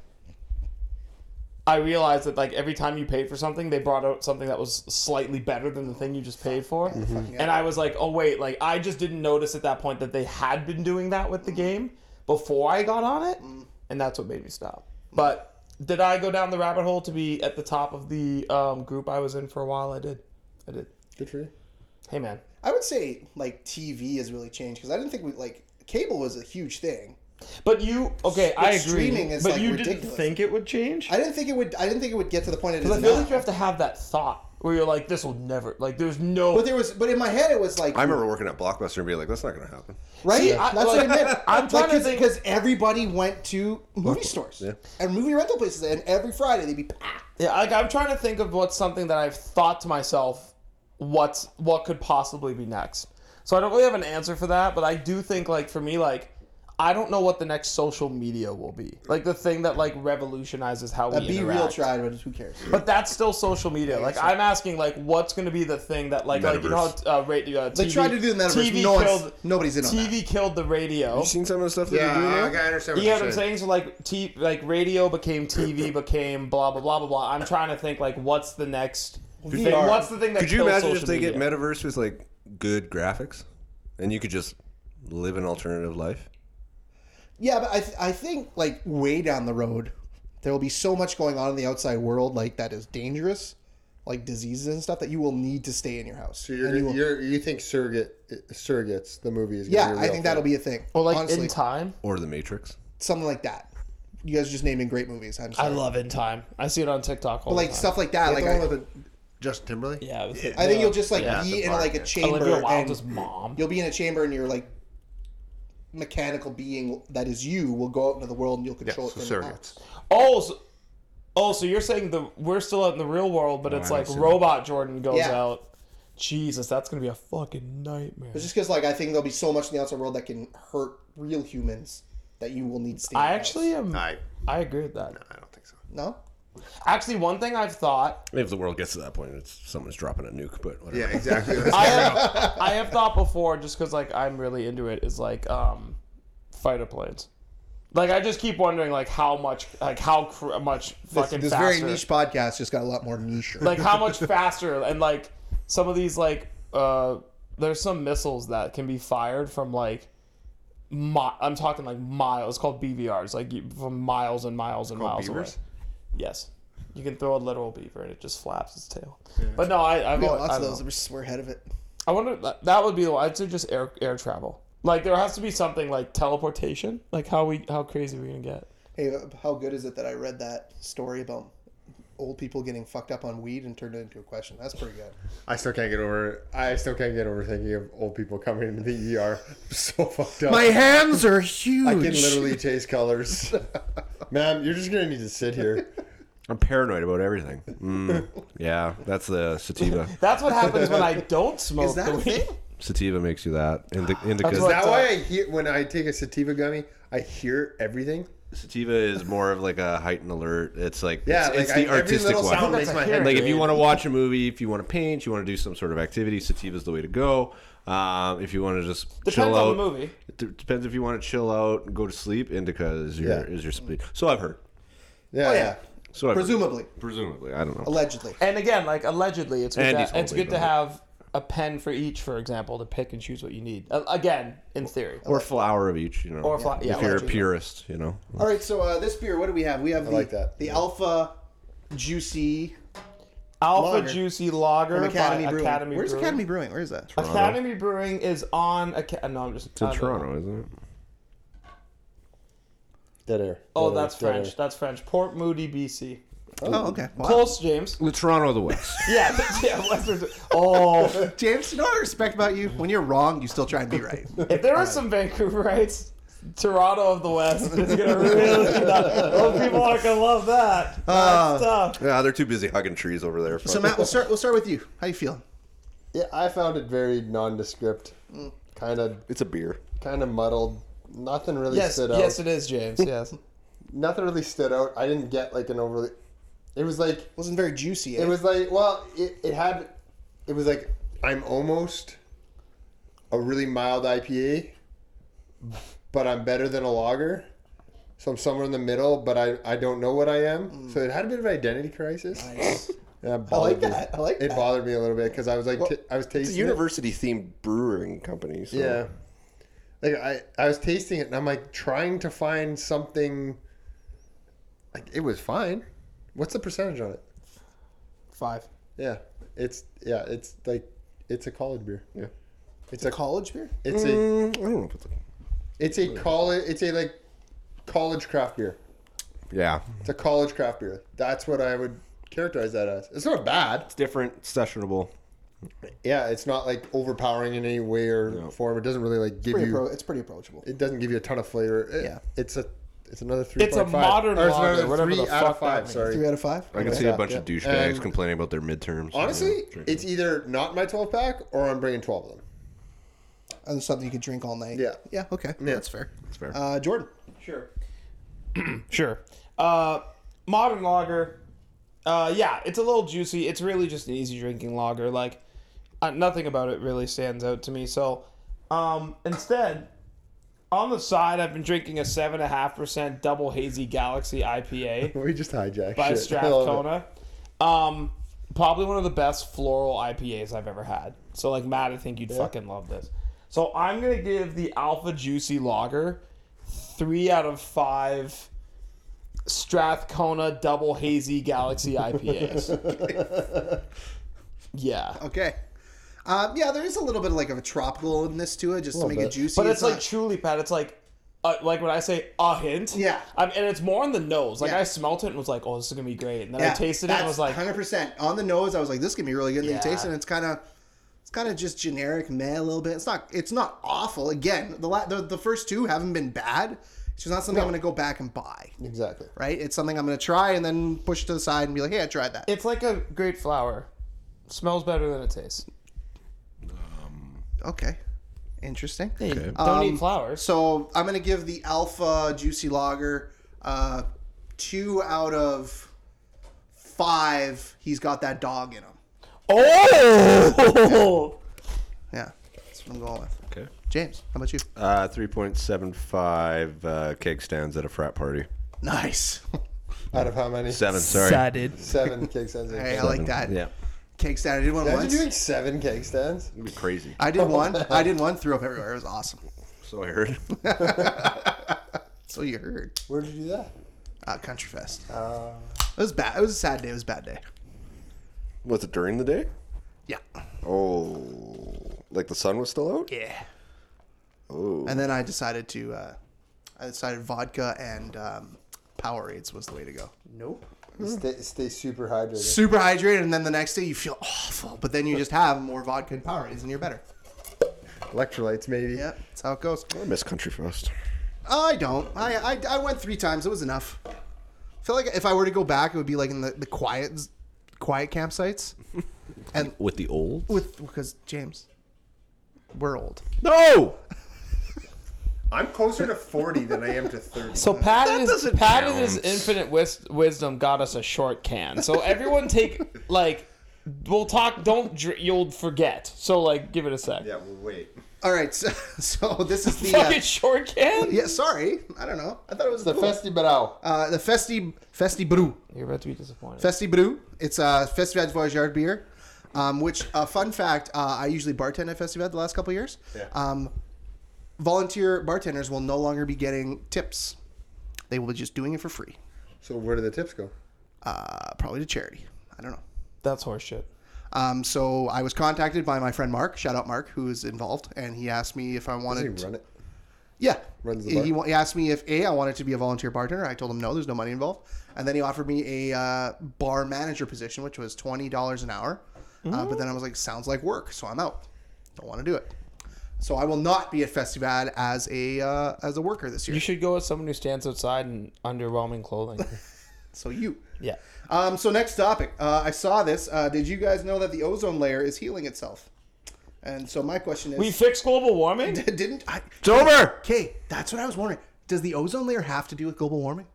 A: I realized that like every time you paid for something, they brought out something that was slightly better than the thing you just paid for. And I was like, oh wait, like I just didn't notice at that point that they had been doing that with the game before I got on it,
B: Mm.
A: and that's what made me stop. But did I go down the rabbit hole to be at the top of the um, group I was in for a while? I did. I did.
C: Good for you.
A: Hey man,
B: I would say like TV has really changed because I didn't think we like cable was a huge thing.
A: but you okay? I agree.
B: streaming is,
A: but
B: like,
A: you
B: ridiculous.
A: didn't think it would change.
B: I didn't think it would. I didn't think it would get to the point it is
A: Because I feel
B: now.
A: like you have to have that thought where you're like, this will never like. There's no.
B: but there was, but in my head it was like,
F: I remember working at Blockbuster and being like, that's not going to happen.
B: right?
A: See, I-
B: That's
A: like,
B: what I meant.
A: I'm trying to think-
B: because everybody went to movie stores and movie rental places, and every Friday they'd be packed.
A: Yeah, like I'm trying to think of what's something that I've thought to myself, what's what could possibly be next. So I don't really have an answer for that, but I do think like for me like I don't know what the next social media will be. Like the thing that like revolutionizes how we
B: Be
A: interact.
B: real, tried, but who cares?
A: But that's still social media. Like I'm asking, like what's going to be the thing that, like, like you know, how, uh, radio. Uh, TV,
B: They tried to do the metaverse.
A: TV
B: no one's-
A: killed.
B: nobody's in on that.
A: TV killed the radio.
G: you seen some of the stuff that
D: Yeah,
G: they're doing?
D: I
G: now?
D: I understand what
A: You know
D: you're
A: what I'm saying? So like, t- like radio became TV became blah blah blah blah blah. I'm trying to think like, what's the next? Thing?
B: VR.
A: What's the thing that
F: Could you
A: kills
F: imagine if
A: social
F: they
A: media?
F: get metaverse with like good graphics and you could just live an alternative life?
B: Yeah, but I, th- I think like way down the road, there will be so much going on in the outside world like that is dangerous, like diseases and stuff that you will need to stay in your house.
C: So you're,
B: And you
C: you
B: will-
C: are you think surrogate surrogates the movie is?
B: yeah,
C: gonna be a
B: I
C: real
B: think that'll
C: thing.
B: be a thing.
A: Or like
B: honestly,
A: in time?
F: Or the Matrix?
B: something like that. You guys are just naming great movies. I'm
A: I
B: sorry.
A: love in time. I see it on TikTok all
B: like
A: the time.
B: stuff like that. Like
D: saying.
B: I,
D: The one with the- Justin Timberlake.
A: Yeah, with
B: I think you'll just like
D: Yeah,
B: be
D: the
B: in
D: bar,
B: like a
D: yeah.
B: chamber
A: Olivia
B: and
A: Wilde's mom.
B: you'll be in a chamber and you're like mechanical being that is you will go out into the world and you'll control
D: so
B: it from your house.
D: surrogates.
A: Oh, so, oh, so you're saying the we're still out in the real world, but it's like robot Jordan goes
B: Yeah.
A: out. Jesus, that's gonna be a fucking nightmare.
B: It's just because like I think there'll be so much in the outside world that can hurt real humans that you will need to stay. in
A: I
B: your
A: actually
B: house.
A: am.
D: I,
A: I agree with that.
D: I don't think so.
B: no.
A: Actually, one thing I've thought
F: If the world gets to that point, it's someone's dropping a nuke, but whatever.
D: Yeah, exactly.
A: I have, I have thought before, just because like I'm really into it, is like um, fighter planes. Like I just keep wondering, like how much, like how cr- much
B: This,
A: fucking
B: this
A: faster,
B: very niche podcast just got a lot more niche.
A: like how much faster, and like some of these, like uh, there's some missiles that can be fired from like, mi- I'm talking like miles. It's called BVRs, like you, from miles and miles and miles
F: beavers?
A: away. Yes, you can throw a literal beaver and it just flaps its tail. But no, I, I've
B: we got
A: always-
B: lots
A: oh, I
B: of
A: don't
B: those.
A: know.
B: We're, s- we're ahead of it.
A: I wonder that- that would be the I'd say just air air travel. Like there has to be something like teleportation. Like how we how crazy are we gonna get?
B: Hey, uh, how good is it that I read that story about old people getting fucked up on weed and turned it into a question? That's pretty good.
C: I still can't get over. I still can't get over thinking of old people coming into the ER. I'm so fucked up.
G: hands are huge.
C: I can literally taste colors. Ma'am, you're just gonna need to sit here.
F: I'm paranoid about everything. Mm, yeah, that's the sativa.
A: That's what happens when I don't smoke.
B: Is that
A: the
B: a thing?
A: weed.
F: Sativa makes you that. Indi- indica.
A: That's what-
C: That way, I hear, when I take a sativa gummy, I hear everything.
F: sativa is more of like a heightened alert. It's like
C: Yeah,
F: it's,
C: like
F: it's
C: I,
F: the
C: every
F: artistic
C: little
F: one.
A: I
C: sound
A: think
C: makes
A: that's
C: my
A: a
C: head.
A: hearing.
F: like if you want to watch a movie, if you want to paint, you want to do some sort of activity, sativa's the way to go. Um, if you want to just chill
A: Depends
F: out,
A: on the movie.
F: It d- depends if you want to chill out and go to sleep. Indica is your
C: Yeah.
F: is your speed. So I've heard.
C: Yeah,
B: Oh yeah,
F: So I've heard.
B: presumably,
F: presumably, I don't know.
B: allegedly.
A: And again, like allegedly, it's good.
F: And
A: To,
F: he's
A: it's
F: holding
A: good to
F: it.
A: have a pen for each, for example, to pick and choose what you need. Uh, again, in theory.
F: Or flower of each, you know.
A: Or fly- yeah,
F: if you're a
A: allegedly.
F: purist, you know.
B: All right, so uh, this beer, what do we have? We have the,
C: like that.
B: the Alpha Juicy
A: Alpha
B: Lager.
A: Juicy Lager
B: from
A: by
B: Academy Brewing.
A: Academy
B: Where's
A: Brewing.
B: Academy Brewing? Where is that?
A: Academy Brewing is on. Aca- uh, no, I'm just.
F: It's in Toronto, isn't it?
C: dead air.
A: Oh,
C: Dead air,
A: that's
C: dead
A: French.
C: air.
A: That's French. Port Moody, BC.
B: Oh, okay. Wow.
A: Close, James.
F: The Toronto of the West.
A: Yeah, yeah. Western. Oh,
B: James, you know what I respect about you? When you're wrong, you still try and be right.
A: If there were some Vancouverites, Toronto of the West is gonna really not, those people aren't gonna love that.
B: Uh,
A: That's tough.
F: yeah, they're too busy hugging trees over there.
B: so Matt, we'll start. We'll start with you. How you feeling?
C: Yeah, I found it very nondescript,
A: Mm.
C: kind of,
F: it's a beer.
C: kind of muddled. Nothing really
A: Yes,
C: stood out.
A: yes, it is, James. Yes.
C: Nothing really stood out. I didn't get like an overly. It was like
B: Wasn't very juicy. Eh?
C: It was like, well, it, it had, it was like, I'm almost a really mild IPA, but I'm better than a lager. So I'm somewhere in the middle, but I, I don't know what I am. So it had a bit of an identity crisis.
B: eh? Mm.
C: And that
B: I like
C: bothered me.
B: that. I like
C: It
B: that.
C: bothered me a little bit because I was like, t- I was tasting
F: It's a
C: it.
F: university themed brewing company. So.
C: Yeah. Like I, I was tasting it and I'm like trying to find something. Like it was fine. What's the percentage on it?
B: Five.
C: Yeah, it's yeah, it's like it's a college beer. Yeah, it's a
B: College beer.
C: it's a
F: Mm, I don't know if it's a.
C: it's a college it's a like college craft beer.
F: Yeah.
C: It's a college craft beer. That's what I would characterize that as. It's not bad.
F: It's different, sessionable.
C: Yeah, it's not like overpowering in any way or form. It doesn't really like give
B: Pretty
C: you.
B: appro- it's pretty approachable.
C: it doesn't give you a ton of flavor. It-
B: Yeah.
C: it's a it's another three.
A: It's a modern
C: or it's
A: lager,
C: another
A: whatever
C: three
A: the
C: out
A: fuck
C: of five.
A: that
C: sorry.
B: Three out of five.
F: I can
B: Okay.
F: see a bunch
C: yeah.
F: of douchebags
C: And-
F: complaining about their midterms.
C: Honestly, it's either not in my twelve pack or I'm bringing twelve of them.
B: And something you could drink all night.
C: Yeah.
B: Yeah. Okay. That's fair. That's
F: fair.
B: Uh, Jordan.
A: Sure. sure. Uh, modern lager. Uh, yeah, it's a little juicy. It's really just an easy drinking lager. Like, uh, nothing about it really stands out to me. So, um, instead, on the side, I've been drinking a seven and a half percent double hazy Galaxy IPA.
C: We just hijacked
A: by
C: shit. I love it.
A: Strathcona. Um, probably one of the best floral IPAs I've ever had. So, like, Matt, I think you'd fucking love this. So, I'm going to give the Alpha Juicy Lager three out of five Strathcona Double Hazy Galaxy IPAs. yeah.
B: Okay. Um, yeah, there is a little bit of like of a tropical in this to it, just to make it
C: bit.
B: juicy.
A: But it's, like
B: not-
A: truly, Pat, it's like. Uh, like when I say a hint,
B: Yeah.
A: I'm, and it's more on the nose. Like
B: Yeah.
A: I smelt it and was like, "Oh, this is gonna be great," and then I
B: yeah,
A: tasted it and was like,
B: hundred percent on the nose. I was like, this can be really good. And then you
A: Yeah.
B: taste it, and it's kind of, it's kind of just generic meh a little bit. It's not, it's not awful. Again, the la- the, the first two haven't been bad. It's just not something I'm going to go back and buy.
C: Exactly.
B: Right? It's something I'm going to try and then push to the side and be like, hey, I tried that.
A: It's like a great flower. Smells better than it tastes.
B: okay, interesting.
A: Hey, Don't eat flowers.
B: So I'm gonna give the Alpha Juicy Lager uh, two out of five. He's got that dog in him.
A: Oh!
B: Oh! Yeah, that's what I'm going with.
F: Okay.
B: James, how about you?
F: Uh, 3.75 uh, keg stands at a frat party.
B: Nice.
C: Out of how many?
F: Seven, sorry.
A: Sadded.
C: Seven cake stands.
B: Hey, I
C: Imagine
B: like that.
F: Yeah.
B: Cake stand. I Oh. did one once.
C: doing seven cake stands.
F: It'd be crazy.
B: I did one. I did one. Threw up everywhere. It was awesome.
F: So I heard.
B: So you heard.
C: Where did you do that?
B: Uh, Country Fest. it was bad. It was a sad day. It was a bad day.
G: Was it during the day?
B: Yeah.
G: Oh, like the sun was still out?
B: Yeah.
G: Oh,
B: And then I decided to. Uh, I decided vodka and um, Powerades was the way to go.
C: Nope. Stay, stay super hydrated.
B: Super hydrated, and then the next day you feel awful, but then you just have more vodka and Powerades, and you're better.
C: Electrolytes, maybe.
B: Yeah, that's how it goes.
G: I miss Country Fest.
B: I don't. I, I, I went three times. It was enough. I feel like if I were to go back, it would be like in the, the quiet quiet campsites. And
F: With the old?
B: with because James, we're old.
F: No!
D: I'm closer to 40 than I am to 30.
A: So Pat and his,
F: doesn't
A: Pat and his
F: count.
A: infinite wis- wisdom got us a short can. So everyone take like we'll talk. Don't dr- you'll forget. So like give it a sec.
D: Yeah, well, wait.
B: All right, so, so this is the
A: Fucking
B: uh,
A: short can.
B: yeah. Sorry, I don't know. I thought it was
C: The festival.
B: uh, the Festi Festi Brew.
A: You're about to be disappointed.
B: Festi Brew. It's a Festival Voyageur beer, um, which a fun fact. Uh, I usually bartend at Festival the last couple of years. Um, volunteer bartenders will no longer be getting tips. They will be just doing it for free,
C: So where do the tips go?
B: uh, probably to charity. I don't know.
A: That's horseshit.
B: Um, so I was contacted by my friend Mark. Shout out Mark, who is involved, and he asked me if I wanted.
C: Does he run it?
B: Yeah.
C: Runs the
B: He- He,
C: bar.
B: wa- he asked me if A, I wanted to be a volunteer bartender. I told him no, there's no money involved. And then he offered me a uh, bar manager position, which was $20 an hour. Uh, but then I was like, sounds like work, so I'm out. Don't want to do it. So I will not be at Festivad as a uh, as a worker this year.
A: You should go with someone who stands outside in underwhelming clothing.
B: so you.
A: yeah.
B: Um, so next topic. Uh, I saw this. Uh, did you guys know that the ozone layer is healing itself? And so my question is,
A: We fixed global warming.
B: didn't I?
F: It's over!
B: Okay, that's what I was wondering. Does the ozone layer have to do with global warming?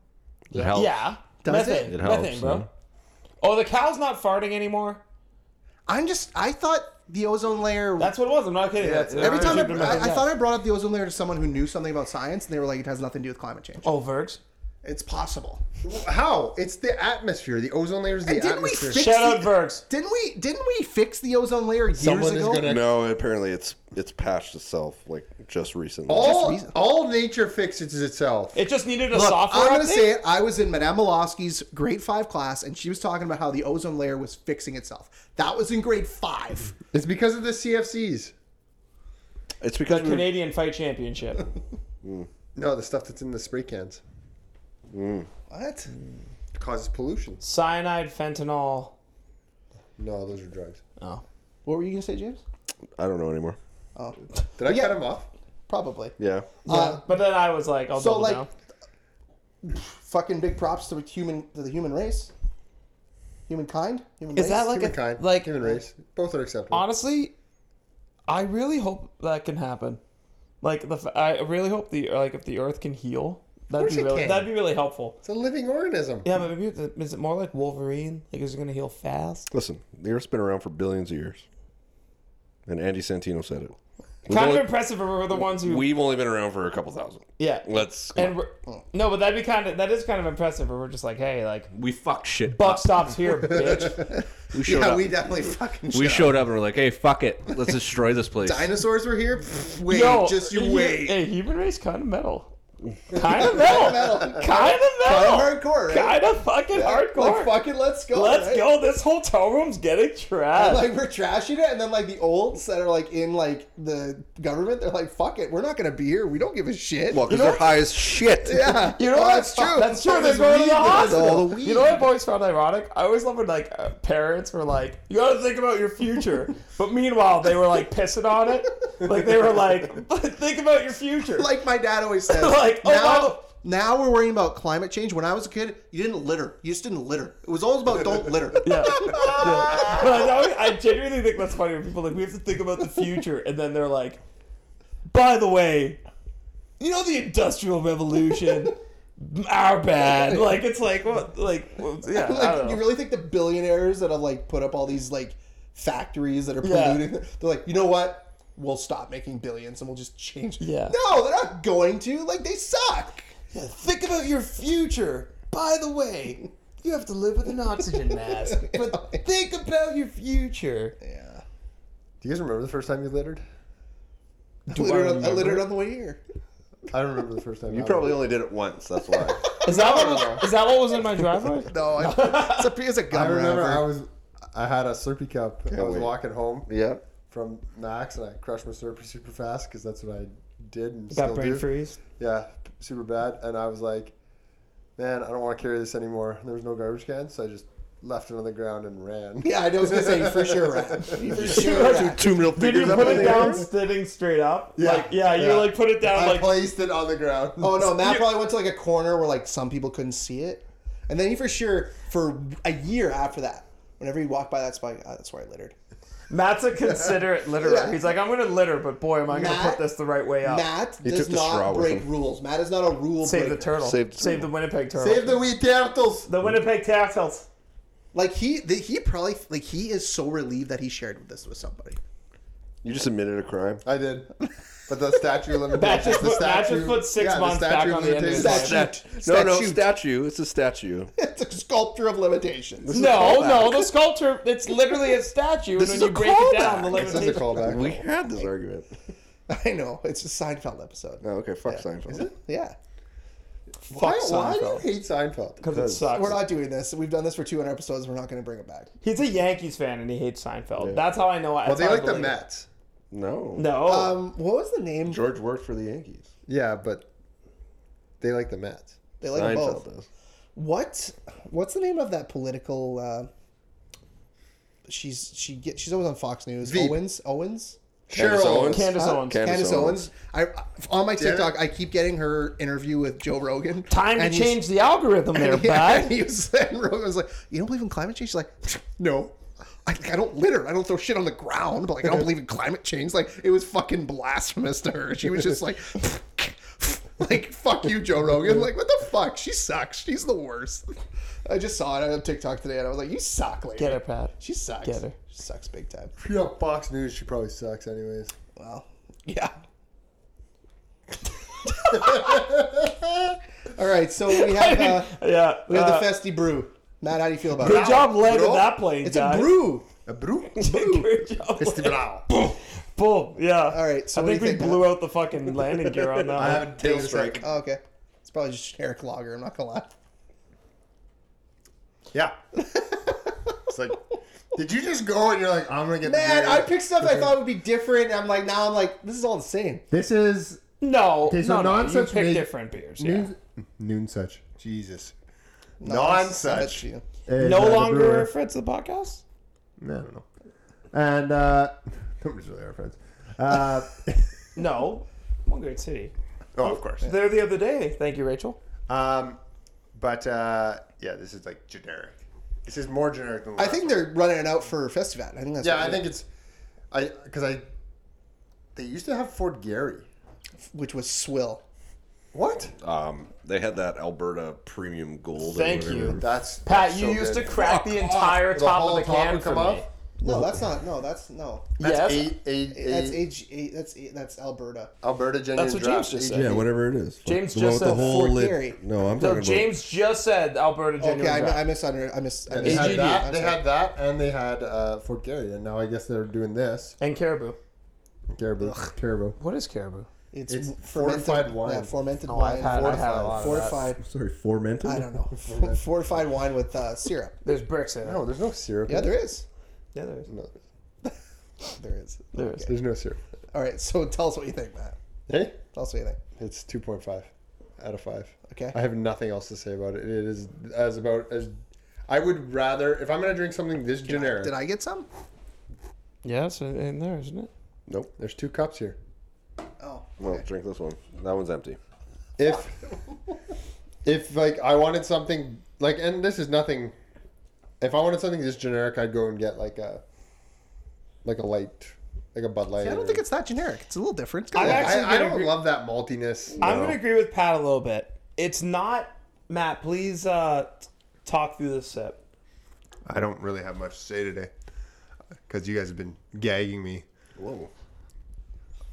F: It helps.
A: Yeah.
B: Does it?
A: methane.
F: It helps,
A: methane, bro.
F: yeah.
A: Oh, the cow's not farting anymore.
B: I'm just. I thought the ozone layer.
A: That's what it was. I'm not kidding. That's uh,
B: every time I,
A: Yeah.
B: I, I thought I brought up the ozone layer to someone who knew something about science, and they were like, "It has nothing to do with climate change."
A: Oh, Vergs.
B: It's possible.
C: How? It's the atmosphere. The ozone layer is the
B: And didn't we
C: atmosphere.
B: fix
A: Shout out
B: the,
A: Vergs.
B: Didn't we? Didn't we fix the ozone layer years
C: Someone is
B: ago?
C: gonna-
G: No, apparently it's it's patched itself like just recently.
A: Oh!
C: all,
B: reason.
C: all nature fixes itself.
A: It just needed a
B: Look,
A: software
B: I'm gonna
A: update.
B: say it. I was in Madame Malosky's grade five class, and she was talking about how the ozone layer was fixing itself. That was in grade five.
C: It's because of the CFCs.
G: It's
A: the
G: because we were-
A: Canadian Fight Championship.
C: No, the stuff that's in the spray cans
B: what?
C: it causes pollution.
A: Cyanide, fentanyl.
C: No, those are drugs.
A: Oh.
B: What were you gonna say, James?
G: I don't know anymore.
B: Oh,
C: Did I cut him off?
B: probably.
G: Yeah.
B: Uh,
A: But then I was like, I'll
B: so
A: double
B: like,
A: down.
B: fucking big props to the human to the human race, humankind. Human
A: Is
B: race?
A: that like a,
C: Humankind,
A: like
C: human race, both are acceptable.
A: honestly? I really hope that can happen. Like the f- I really hope the like if the Earth can heal, that'd
C: course
A: be
C: it
A: really
C: can.
A: that'd be really helpful.
C: it's a living organism.
A: Yeah, but maybe it's- is it more like Wolverine? Like is it gonna heal fast?
G: Listen, the Earth's been around for billions of years, and Andy Santino said it. We've
A: Kind of
G: only,
A: impressive if we're the ones who
G: we've only been around for a couple thousand.
A: yeah.
G: Let's.
A: And we're, no, but that'd be kind of that is kind of impressive. Where we're just like, hey, like
F: We fuck shit.
A: buck stops here, bitch.
F: We showed
B: yeah,
F: up.
B: we
F: We,
B: definitely fucking. shut
F: showed up and we're like, hey, fuck it. Let's destroy this place.
B: Dinosaurs were here. Pff, wait, just you
A: hu-
B: wait.
A: Hey, human race kind of metal. Kind of metal. kind of metal.
B: hardcore, right?
A: Kind of fucking hardcore.
B: Like fucking, let's go.
A: Let's
B: right?
A: go. This hotel room's getting
B: And,
A: trashed.
B: like we're trashing it, and then like the olds that are like in like the government, they're like, "Fuck it, we're not gonna be here. We don't give a shit."
G: Well, because they're high as shit.
B: yeah,
A: you know
B: Oh,
A: what?
B: That's true.
A: That's true.
B: Fuck
A: They're
B: this
A: going to
B: weed,
A: the
B: that's all
A: hospital.
B: the weed.
A: You know what I've always found ironic? I always love when like uh, parents were like, "You got to think about your future," but meanwhile they were like pissing on it. Like they were like, "Think about your future."
B: like my dad always says.
A: Like, oh,
B: now,
A: wow.
B: now we're worrying about climate change. When I was a kid, you didn't litter. You just didn't litter. It was always about don't litter.
A: Yeah. Yeah. But I, always, I genuinely think that's funny when people are like we have to think about the future, and then they're like, by the way, you know the Industrial Revolution. Our bad. Like it's like what? Like well, yeah. I don't
B: like,
A: know.
B: you really think the billionaires that have like put up all these like factories that are
A: Yeah.
B: polluting? They're like, you know what? we'll stop making billions and we'll just change.
A: Yeah.
B: No, they're not going to. Like they suck. Think about your future. By the way,
A: You have to live with an oxygen mask. But think about your future.
B: yeah.
C: Do you guys remember the first time you littered?
B: I littered, on, I littered on the way here.
C: I don't remember the first time.
G: You probably only did it once. That's why.
A: Is that what was, is that what was in my driveway?
B: No, Oh, I, it's a it's a gum
C: I remember
B: wrapper.
C: I was. I had a Slurpee cup. I was
G: wait.
C: walking home
G: yep.
C: from Knox, and I crushed my Slurpee super fast because that's what I did and
A: Got
C: still
A: brain
C: do.
A: freeze.
C: Yeah, super bad. And I was like, man, I don't want to carry this anymore. There was no garbage can, so I just left it on the ground and ran.
B: Yeah, I was gonna say for sure rat. For sure
A: Two-
B: rat.
G: Two middle
A: Did you
G: fingers up
A: put
G: in
A: it
G: the air.
A: down sitting straight up?
C: Yeah.
A: Like yeah, you
C: Yeah.
A: like put it down
C: I
A: like
C: placed it on the ground.
B: Oh no, Matt probably went to like a corner where like some people couldn't see it, and then he for sure for a year after that, whenever he walked by that spot, "Ah, that's where I littered.
A: Matt's a considerate litterer.
B: Yeah.
A: He's like, I'm gonna litter, but boy, am I gonna
B: Matt-
A: put this the right way up.
B: Matt
G: took
B: does
G: the straw
B: not
G: with
B: break
G: him.
B: rules. Matt is not a rule
A: Save
B: breaker.
A: the turtle.
G: Save the
A: Save the
G: turtle.
A: Winnipeg turtle.
C: Save the wee turtles.
A: the Winnipeg Turtles.
B: Like he, the, he probably like he is so relieved that he shared this with somebody.
G: You just admitted a crime.
C: I did. But the statue of limitations.
A: Matt just
C: the
A: put- Matt
C: statue-
A: just put six
C: yeah, the
A: months
C: statue
A: back
C: of
A: on the end of his
C: limitations.
B: Statue.
G: No, no,
B: Statute.
G: statue. It's a statue.
B: It's a sculpture of limitations.
A: No, no, the sculpture. It's literally a statue,
G: This
A: and
G: is
A: when
G: a
A: you break it down,
G: callback.
A: the
C: This is a
A: limitation.
C: callback.
G: We had this argument.
B: I know it's a Seinfeld episode.
G: Oh, okay. Fuck Seinfeld.
B: Yeah,
C: why, why do you
B: Seinfeld.
C: hate Seinfeld?
A: Because it sucks.
B: we're not doing this. We've done this for 200 episodes. We're not going to bring it back.
A: He's a Yankees fan and he hates Seinfeld. That's how I know.
C: Well,
A: That's
C: they
A: how I
C: like the
A: believe it.
C: Mets.
G: No.
A: No,
B: Um, what was the name?
G: George worked for the Yankees.
C: Yeah, but they like the Mets.
B: They like them
G: Seinfeld
B: both.
G: does.
B: What? What's the name of that political? Uh, she's she get she's always on Fox News.
C: Veep.
B: Owens. Owens.
G: Candace Owens.
A: Candace
B: Huh?
A: Owens.
G: Candace
B: Candace Owens.
G: Owens.
B: I on my
C: Damn it.
B: TikTok, I keep getting her interview with Joe Rogan.
A: Time to
B: And he's-
A: change the algorithm there,
B: Yeah,
A: bud.
B: he was, and Rogan was like, "You don't believe in climate change?" She's like, "No, I, I don't litter. I don't throw shit on the ground, but like I don't believe in climate change." Like it was fucking blasphemous to her. She was just like, "Like fuck you, Joe Rogan." Like what the fuck? She sucks. She's the worst. I just saw it on TikTok today, and I was like, "You suck, lady."
A: Get her, Pat.
B: She sucks.
A: Get her.
B: She sucks big time.
C: If you're on Fox News, she probably sucks, anyways.
B: Well, yeah. All right, so we have uh,
A: Yeah.
B: we have
A: uh,
B: the festy brew. Matt, how do you feel about it?
A: good job landing
C: bro.
A: that plane,
B: It's
A: guys.
B: a brew.
C: A brew?
A: good job. landing- Boom. Yeah. All
B: right, so
A: I
B: what do
A: think
B: you
A: we
B: think,
A: blew out the fucking landing gear on that.
C: I
A: one.
C: have a tail strike.
B: Oh, okay. It's probably just generic lager. I'm not gonna lie.
C: Yeah. it's like, did you just go and you're like, I'm going to get
B: Man,
C: the
B: I
C: beer.
B: picked stuff I thought would be different. And I'm like, now I'm like, this is all the same.
C: This is
A: No,
C: Okay, so
A: no, no, you
C: non-such
A: pick
C: made-
A: different beers. Yeah.
C: noon, noon such. Jesus. Non such.
B: You.
A: No longer friends of the podcast.
C: No, no, no. And uh, nobody's really our friends. Uh,
A: No, one great city.
C: oh, of course.
A: There the other day. Thank you, Rachel.
C: Um, but uh, yeah, this is like generic. This is more generic than. the
B: I
C: last
B: think
C: one.
B: they're running it out for Festivat. I think that's
C: Yeah,
B: what
C: I
B: it
C: think it's. I because I. They used to have Fort Gary.
B: is, which was swill.
C: What?
G: Um, they had that Alberta premium gold. or
A: Thank
G: whatever.
A: you.
C: That's
A: Pat,
C: that's
A: you
C: so
A: used
C: good.
A: to crack the entire top
C: whole
A: of the
C: top
A: can
C: would
A: for
C: come
A: me.
C: off?
B: No, that's not. No, that's no.
A: Yes,
C: That's eight, eight, eight,
B: That's age. eight- That's eight, that's Alberta.
C: Alberta Genuine
A: That's what James
C: Draft,
A: just
C: AG.
A: said.
G: Yeah, whatever it is.
A: James
G: The one
A: just
G: with the
A: said
G: whole
B: Fort
G: lid-
B: Gary.
G: No, I'm
A: No,
G: talking
A: James just said Alberta genuine.
B: Okay, I,
A: Draft.
B: mi- I misunderstood. I mis. I
C: They had
A: AGD.
C: that.
B: misunderstood.
C: They had that, and they had uh, Fort Gary, and now I guess they're doing this.
A: and caribou.
C: Caribou, caribou.
A: What is caribou?
B: It's,
C: It's
B: fermented-
C: fortified wine.
B: Yeah, fermented
A: Oh, I've
B: wine.
A: had, I've had a lot
C: fortified.
A: of that.
B: fortified.
G: Sorry, fermented.
B: I don't know. fortified wine with uh, syrup.
A: There's bricks in it.
C: No, there's no syrup.
B: Yeah,
C: in
B: there
C: it.
B: is.
A: Yeah, there is.
C: No,
B: There is.
A: There is.
C: there's no syrup.
B: All right. So tell us what you think, Matt.
C: Hey,
B: Tell us what you think.
C: it's two point five out of five.
B: Okay.
C: I have nothing else to say about it. It is as about as. I would rather if I'm gonna drink something this generic.
B: Did I get some?
A: Yeah, it's in- in there, isn't it?
G: Nope.
C: There's two cups here.
B: Oh.
G: Well, drink this one. That one's empty.
C: If if like I wanted something like and this is nothing. If I wanted something this generic, I'd go and get like a like a light, like a Bud Light.
B: I
C: or-
B: don't think it's that generic. It's a little different. It's got
A: I'm
B: a-
A: actually
C: I, I
A: gonna
C: don't
A: agree-
C: love that maltiness.
A: I'm going to agree with Pat a little bit. It's not Matt. Please uh, t- talk through this sip.
C: I don't really have much to say today because you guys have been gagging me.
G: Whoa.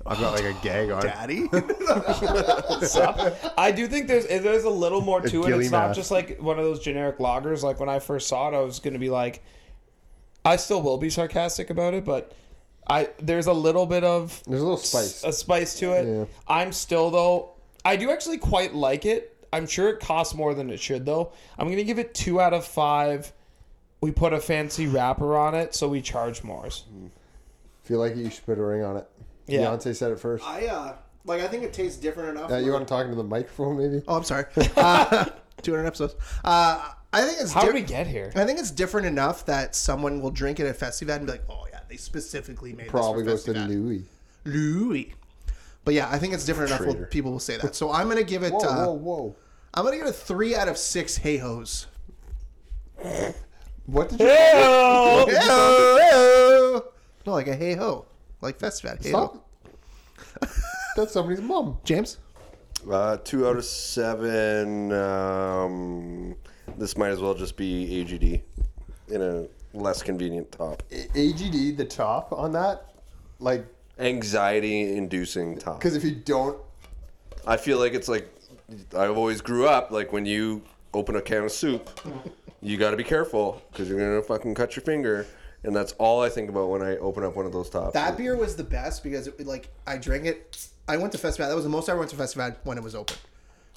C: I've got like a gag on.
G: Daddy?
A: stuff. I do think there's if there's a little more to it.
C: Gilly
A: It's
C: mash.
A: not just like one of those generic loggers. Like when I first saw it, I was gonna be like, I still will be sarcastic about it, but I there's a little bit of
C: There's a little spice.
A: a spice to it.
C: Yeah.
A: I'm still though. I do actually quite like it. I'm sure it costs more than it should though. I'm gonna give it two out of five. We put a fancy wrapper on it, so we charge more.
C: Feel like you should put a ring on it.
A: Yeah.
C: Beyonce said it first.
B: I uh, like. I think it tastes different enough.
C: Uh, you want to talk into the microphone, maybe?
B: Oh, I'm sorry. Uh, 200 episodes. Uh, I think it's.
A: How
B: di-
A: did we get here?
B: I think it's different enough that someone will drink it at Festivad and be like, "Oh yeah, they specifically made
C: Probably
B: this for
C: goes to
B: Festivad."
C: Louis.
B: Louis. But yeah, I think it's different enough. Where people will say that. So I'm gonna give it.
C: Whoa,
B: uh,
C: whoa, whoa!
B: I'm gonna give it a three out of six hey hos.
C: What did you?
G: Oh,
B: No, like a hey ho, like Festivad. Hey ho,
C: Stop. That's somebody's mom.
B: James.
G: Uh, two out of seven. Um, this might as well just be AGD in a less convenient top.
C: A- AGD the top on that, like
G: Anxiety-inducing top.
C: because if you don't,
G: I feel like it's like I've always grew up like when you open a can of soup, you got to be careful because you're gonna fucking cut your finger, and that's all I think about when I open up one of those tops.
B: That beer was the best because it, like I drank it. I went to Festival. That was the most I went to Festival when it was open,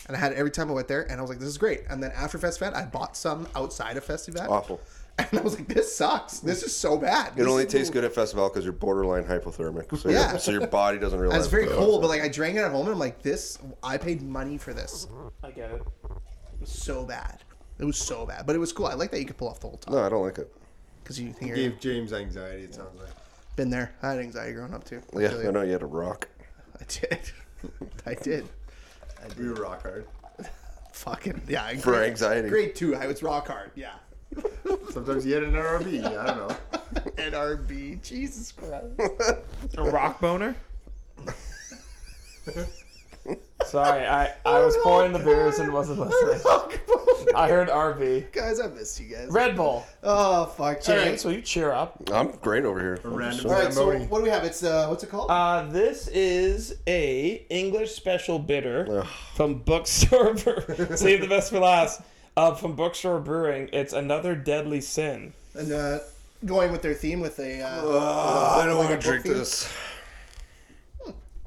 B: and I had it every time I went there. And I was like, "This is great." And then after Festival, I bought some outside of Festival.
G: Awful.
B: And I was like, "This sucks. This is so bad."
G: It only tastes good at festival because you're borderline hypothermic, so,
B: Yeah.
G: your, so your body doesn't realize.
B: I was very
G: it's
B: cold, but like I drank it at home, and I'm like, "This. I paid money for this.
A: I get it.
B: It was so bad. It was so bad, but it was cool. I like that you could pull off the whole top
G: No, I don't like it.
B: because you think you've
D: Gave James anxiety. It sounds like.
B: been there. I had anxiety growing up too. I
G: Yeah,
B: feel
G: I
B: you.
G: know you had a rock.
B: I did. I did.
D: We were rock hard.
B: Fucking yeah. I-
G: For anxiety.
B: Grade two. I was rock hard. Yeah.
D: Sometimes you had an RV. I don't know.
B: NRB. Jesus Christ.
A: A rock boner? Sorry, I, I was pouring the beers and wasn't listening. I heard RV.
B: guys, I miss you guys.
A: Red Bull.
B: Oh fuck,
A: James,
B: James.
A: will you cheer up?
G: I'm great over here. Oh,
D: Random.
B: All right, so
D: Zamboni.
B: what do we have? It's uh, what's it called?
A: Uh, this is a English special bitter from Bookstore Brewing. Save the best for last. Uh, from Bookstore Brewing, it's another deadly sin.
B: and uh, going with their theme with a. Uh,
G: I don't want to drink this.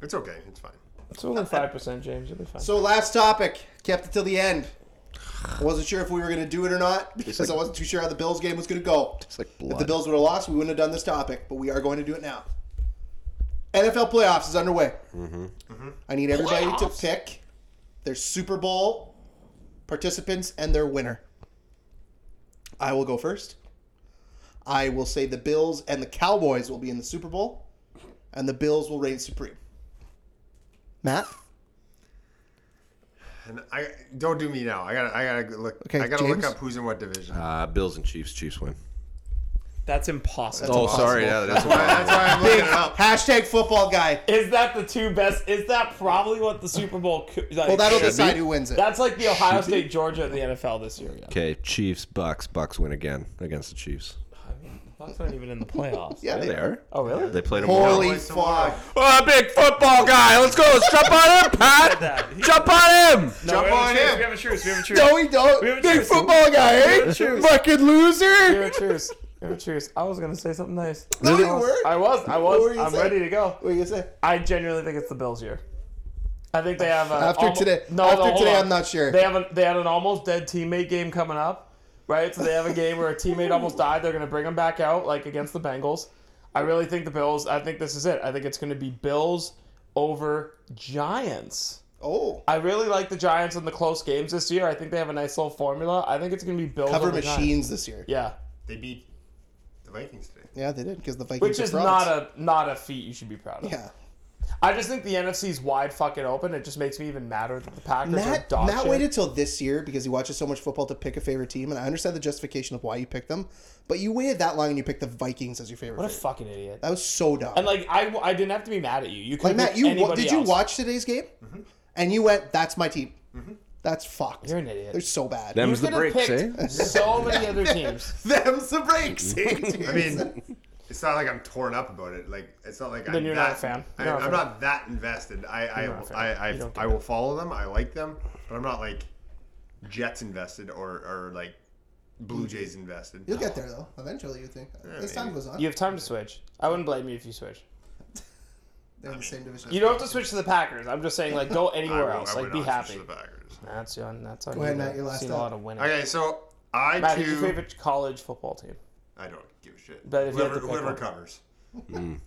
D: It's okay. It's fine.
A: It's
B: Uh,
A: only five percent, James. You'll be fine.
B: so last topic kept it till the end. I wasn't sure if we were gonna do it or not because
G: like-
B: I wasn't too sure how the Bills game was gonna go.
G: It's like
B: If the
G: blood.
B: Bills would have lost, we wouldn't have done this topic, but we are going to do it now. NFL playoffs is underway.
G: Mm-hmm.
B: Mm-hmm. I need everybody to pick their Super Bowl participants and their winner. I will go first. I will say the Bills and the Cowboys will be in the Super Bowl, and the Bills will reign supreme. Matt,
D: And I don't do me now. I gotta. I gotta look.
B: Okay,
D: I gotta
B: James?
D: look up who's in what division.
F: Uh, Bills and Chiefs. Chiefs win.
A: That's impossible.
G: Oh, sorry. Yeah, that's
D: Why-
G: why.
D: that's why I'm looking it up.
B: hashtag football guy.
A: Is that the two best? Is that probably what the Super Bowl? Could, like,
B: Well, that'll
A: should
B: decide
A: be?
B: who wins it.
A: That's like the Ohio State Georgia in the NFL this year. Yeah.
F: Okay, Chiefs. Bucks. Bucks win again against the Chiefs.
A: Bucks aren't even in the playoffs.
B: yeah,
F: There
B: they
F: they
B: are.
F: are.
A: Oh really?
F: They played them.
B: Holy
F: well.
B: fuck.
F: Oh, big football guy. Let's go. Let's jump on him, Pat. Jump on him.
E: we
D: Jump
E: have a
D: on
E: truce,
D: him.
E: We have a truce. We have a truce.
B: No, we don't.
E: We have a
B: Big
E: choice.
B: football guy, eh? Fucking loser.
A: Give it cheers. Give it cheers. I was gonna say something nice.
B: No, you
A: I was,
B: weren't.
A: I was. I
B: What were
A: was.
B: you
A: I'm
B: saying?
A: ready to go.
B: What are you gonna say?
A: I genuinely think it's the Bills year. I think they have a,
B: After
A: almo-
B: today,
A: No,
B: after
A: no, hold
B: today,
A: on.
B: I'm not sure.
A: They have a, they had an almost dead teammate game coming up, right? So they have a game where a teammate almost died. They're gonna bring him back out like against the Bengals. I really think the Bills. I think this is it. I think it's gonna be Bills over Giants.
B: oh,
A: I really like the Giants in the close games this year. I think they have a nice little formula. I think it's gonna be Bills
B: cover
A: over Giants.
B: machines this year.
A: Yeah,
D: They beat the Vikings today.
B: Yeah, they did because the Vikings.
A: which is not a not a feat you should be proud of.
B: Yeah,
A: I just think the NFC is wide fucking open. It just makes me even madder that the Packers are
B: Matt.
A: dog
B: Matt
A: shit.
B: waited till this year because he watches so much football to pick a favorite team, and I understand the justification of why you picked them, but you waited that long and you picked the Vikings as your favorite.
A: what a
B: favorite.
A: fucking idiot.
B: that was so dumb.
A: And like I, I didn't have to be mad at you. You could
B: Uh, like Matt, you wa-
A: anybody
B: did you
A: else. Mm-hmm.
B: watch today's game? And you went, "That's my team." That's fucked.
A: You're an idiot.
B: They're so bad.
A: You
F: Them's the
A: could have
F: breaks, eh?
A: picked so many other teams.
B: Them's the breaks.
D: I mean, it's not like I'm torn up about it. Like it's not like
A: Then
D: I'm
A: you're
D: that,
A: not a fan.
D: I,
A: You're not a fan.
D: I'm not that invested. I I
A: not a fan.
D: I I,
A: You don't
D: I, will follow them. I like them, but I'm not like Jets invested or or like Blue Jays invested.
B: You'll get there though. Eventually, you think as time goes on,
A: You have time to switch. I wouldn't blame you if you switch.
B: they're in the same division.
A: You don't have to switch to the Packers. I'm just saying, like, go
D: I
A: anywhere
D: will-
A: else.
D: I
A: Like,
D: will
A: be
D: not switch
A: happy.
D: to the Packers.
A: That's on. That's on.
B: ahead,
A: you,
B: Matt,
A: man.
B: your last
A: seen a
B: up.
A: lot of winning.
D: Okay, so I
A: Matt, who's your
D: too.
A: favorite college football team?
D: I don't give a shit.
A: But if you had
D: whoever
A: to pick
D: whoever
A: one.
D: covers.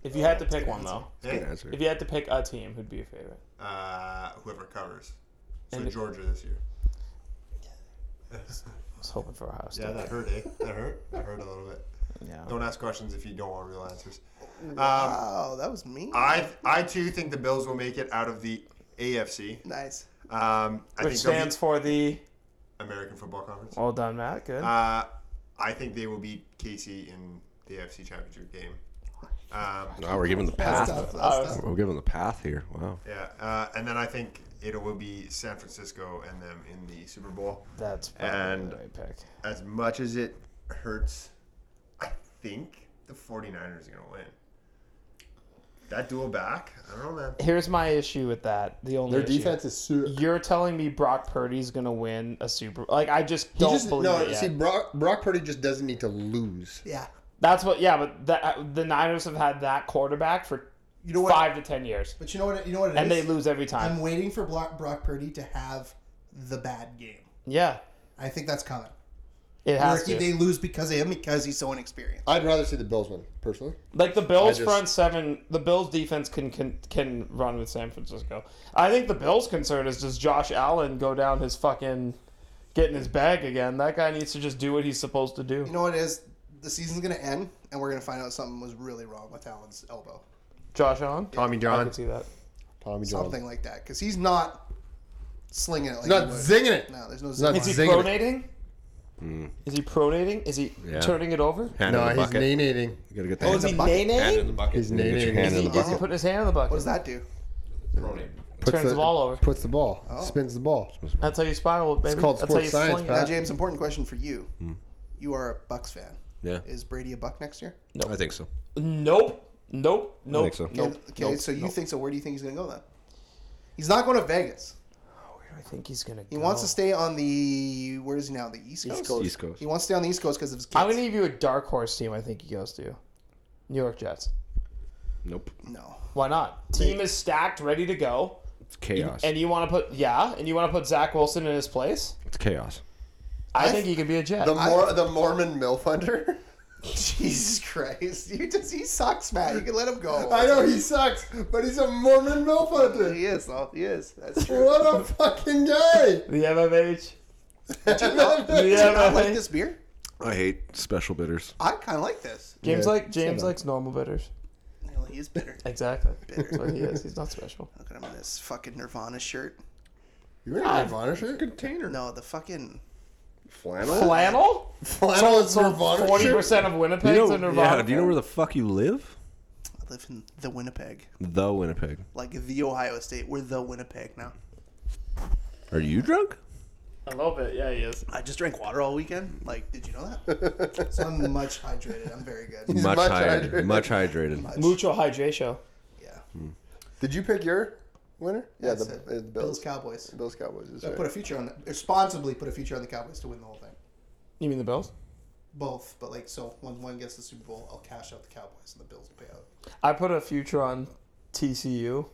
A: If you had to pick one though,
D: Hey,
F: answer.
A: if you had to pick a team, who'd be your favorite?
D: uh, whoever covers. So
A: And-
D: Georgia this year.
A: I was hoping for Ohio State.
D: Yeah, that hurt, eh? That hurt. That hurt a little bit.
A: Yeah.
D: Don't ask questions if you don't want real answers.
C: Mm.
D: Um,
B: Wow, Oh, that was mean.
D: I I too think the Bills will make it out of the AFC.
B: nice.
D: Um, I
A: Which
D: think they'll
A: stands for the.
D: beat American Football Conference.
A: Well done, Matt. Good.
D: Uh, I think they will beat KC in the AFC Championship game. Um,
F: Wow, we're giving the
B: That's tough.
F: path.
B: That's tough.
F: We're giving the path here. Wow.
D: yeah, uh, and then I think it will be San Francisco and them in the Super Bowl.
A: That's probably
D: and-
A: the right pick.
D: As much as it hurts, I think the 49ers are going to win. That duel back, I don't know, man.
A: Here's my issue with that. The only
C: Their
A: issue.
C: defense is su-
A: You're telling me Brock Purdy's gonna win a Super? Like I just
C: He
A: don't
C: just
A: believe
C: no.
A: it. Yet.
C: See, Brock, Brock Purdy just doesn't need to lose.
B: Yeah.
A: That's what. Yeah, but that, the Niners have had that quarterback for
B: You know what?
A: five to ten years,
B: But you know what? You know what? it is.
A: and they lose every time.
B: I'm waiting for Brock, Brock Purdy to have the bad game.
A: yeah,
B: I think that's coming.
A: it
B: Where
A: has
B: he,
A: to.
B: they lose because of him because he's so inexperienced.
C: I'd rather see the Bills win personally.
A: Like the Bills
C: I just-
A: front seven, the Bills defense can, can can run with San Francisco. I think the Bills' concern is does Josh Allen go down his fucking get in his bag again? That guy needs to just do what he's supposed to do.
B: You know what it is? The season's gonna end, and we're gonna find out something was really wrong with Allen's elbow,
A: Josh Allen,
D: Tommy
A: I
D: John.
A: can see that.
C: Tommy John.
B: something like that, because he's not slinging it like
C: Not
B: he would.
C: zinging it.
B: No, there's no
C: not
B: zing.
A: Is he
C: Zinging it.
A: pronating? Is he pronating? Is he
F: Hmm. Yeah.
A: turning it over?
F: Hand
C: No,
F: in the
C: he's
F: bucket.
C: nanating.
F: You gotta get the
A: Oh,
F: hand
A: is
F: in
A: he nay
F: the bucket. Hand
A: naying?
F: in the bucket.
C: He's
F: You gotta get your
C: nanating.
F: hand in the
B: Is he-
A: Is
F: bucket.
A: he putting his hand in the bucket?
B: What does that do?
A: Turns the ball over.
C: Puts the ball. Spins the ball.
A: That's how you spiral, baby.
C: called
A: That's how
C: sports
A: you
C: science,
A: sling it.
C: pal.
B: Now, James, important question for you. You are a Bucks fan.
F: Yeah,
B: Is Brady a Buck next year?
F: I think so.
A: Nope. Nope. Nope.
F: think so.
A: Nope.
B: Okay, so you think so? Where do you think he's gonna go then? He's not going to Vegas.
A: I think he's gonna.
B: He wants to stay on the where is he now? The East Coast.
F: East Coast.
B: He wants to stay on the East Coast because of his kids.
A: I'm gonna give you a dark horse team. I think he goes to New York Jets.
F: Nope.
B: No.
A: Why not? Team is stacked, ready to go,
F: It's chaos.
A: and you want to put yeah, and you want to put Zach Wilson in his place.
F: It's chaos.
A: I, think he could be a Jet.
C: The, Mor- the Mormon milf hunter.
B: Jesus Christ! You just he sucks, Matt. You can let him go.
C: I know he sucks, but he's a Mormon milf hunter.
B: He is though. He is. That's true.
C: What a fucking guy!
A: The MMH.
C: That's
B: Do you not
A: Yeah,
B: like this beer?
F: I hate special bitters.
B: I kind of like this.
A: James
C: Yeah,
A: like James likes normal bitters.
B: Well, he is bitter.
A: Exactly. That's what he is. He's not special.
B: Look at him in this fucking Nirvana shirt.
C: You wearing a Nirvana shirt? Container.
B: No, the fucking
G: Flannel?
A: Flannel.
C: Flannel is Nirvana
A: Forty
C: shirt.
A: percent of Winnipeg's in Nirvana.
F: yeah, do you know where the fuck you live?
B: I live in the Winnipeg,
F: The Winnipeg.
B: like the Ohio State. We're the Winnipeg now.
F: Are you drunk?
A: a little bit. Yeah, he is.
B: I just drank water all weekend. Like, did you know that? so I'm much hydrated. I'm very good.
F: much,
C: much
F: hydrated.
C: hydrated.
F: Much hydrated.
A: Mucho hydration.
B: Yeah.
C: Did you pick your winner? Yeah,
B: That's
C: the,
B: it.
C: uh, the
B: Bills
C: Bills.
B: Cowboys.
C: Bills Cowboys. Is
B: I
C: right.
B: put a future on the, responsibly put a future on the Cowboys to win the whole thing.
A: You mean the Bills?
B: Both, but like, so when one gets the Super Bowl, I'll cash out the Cowboys and the Bills will pay out.
A: I put a future on TCU,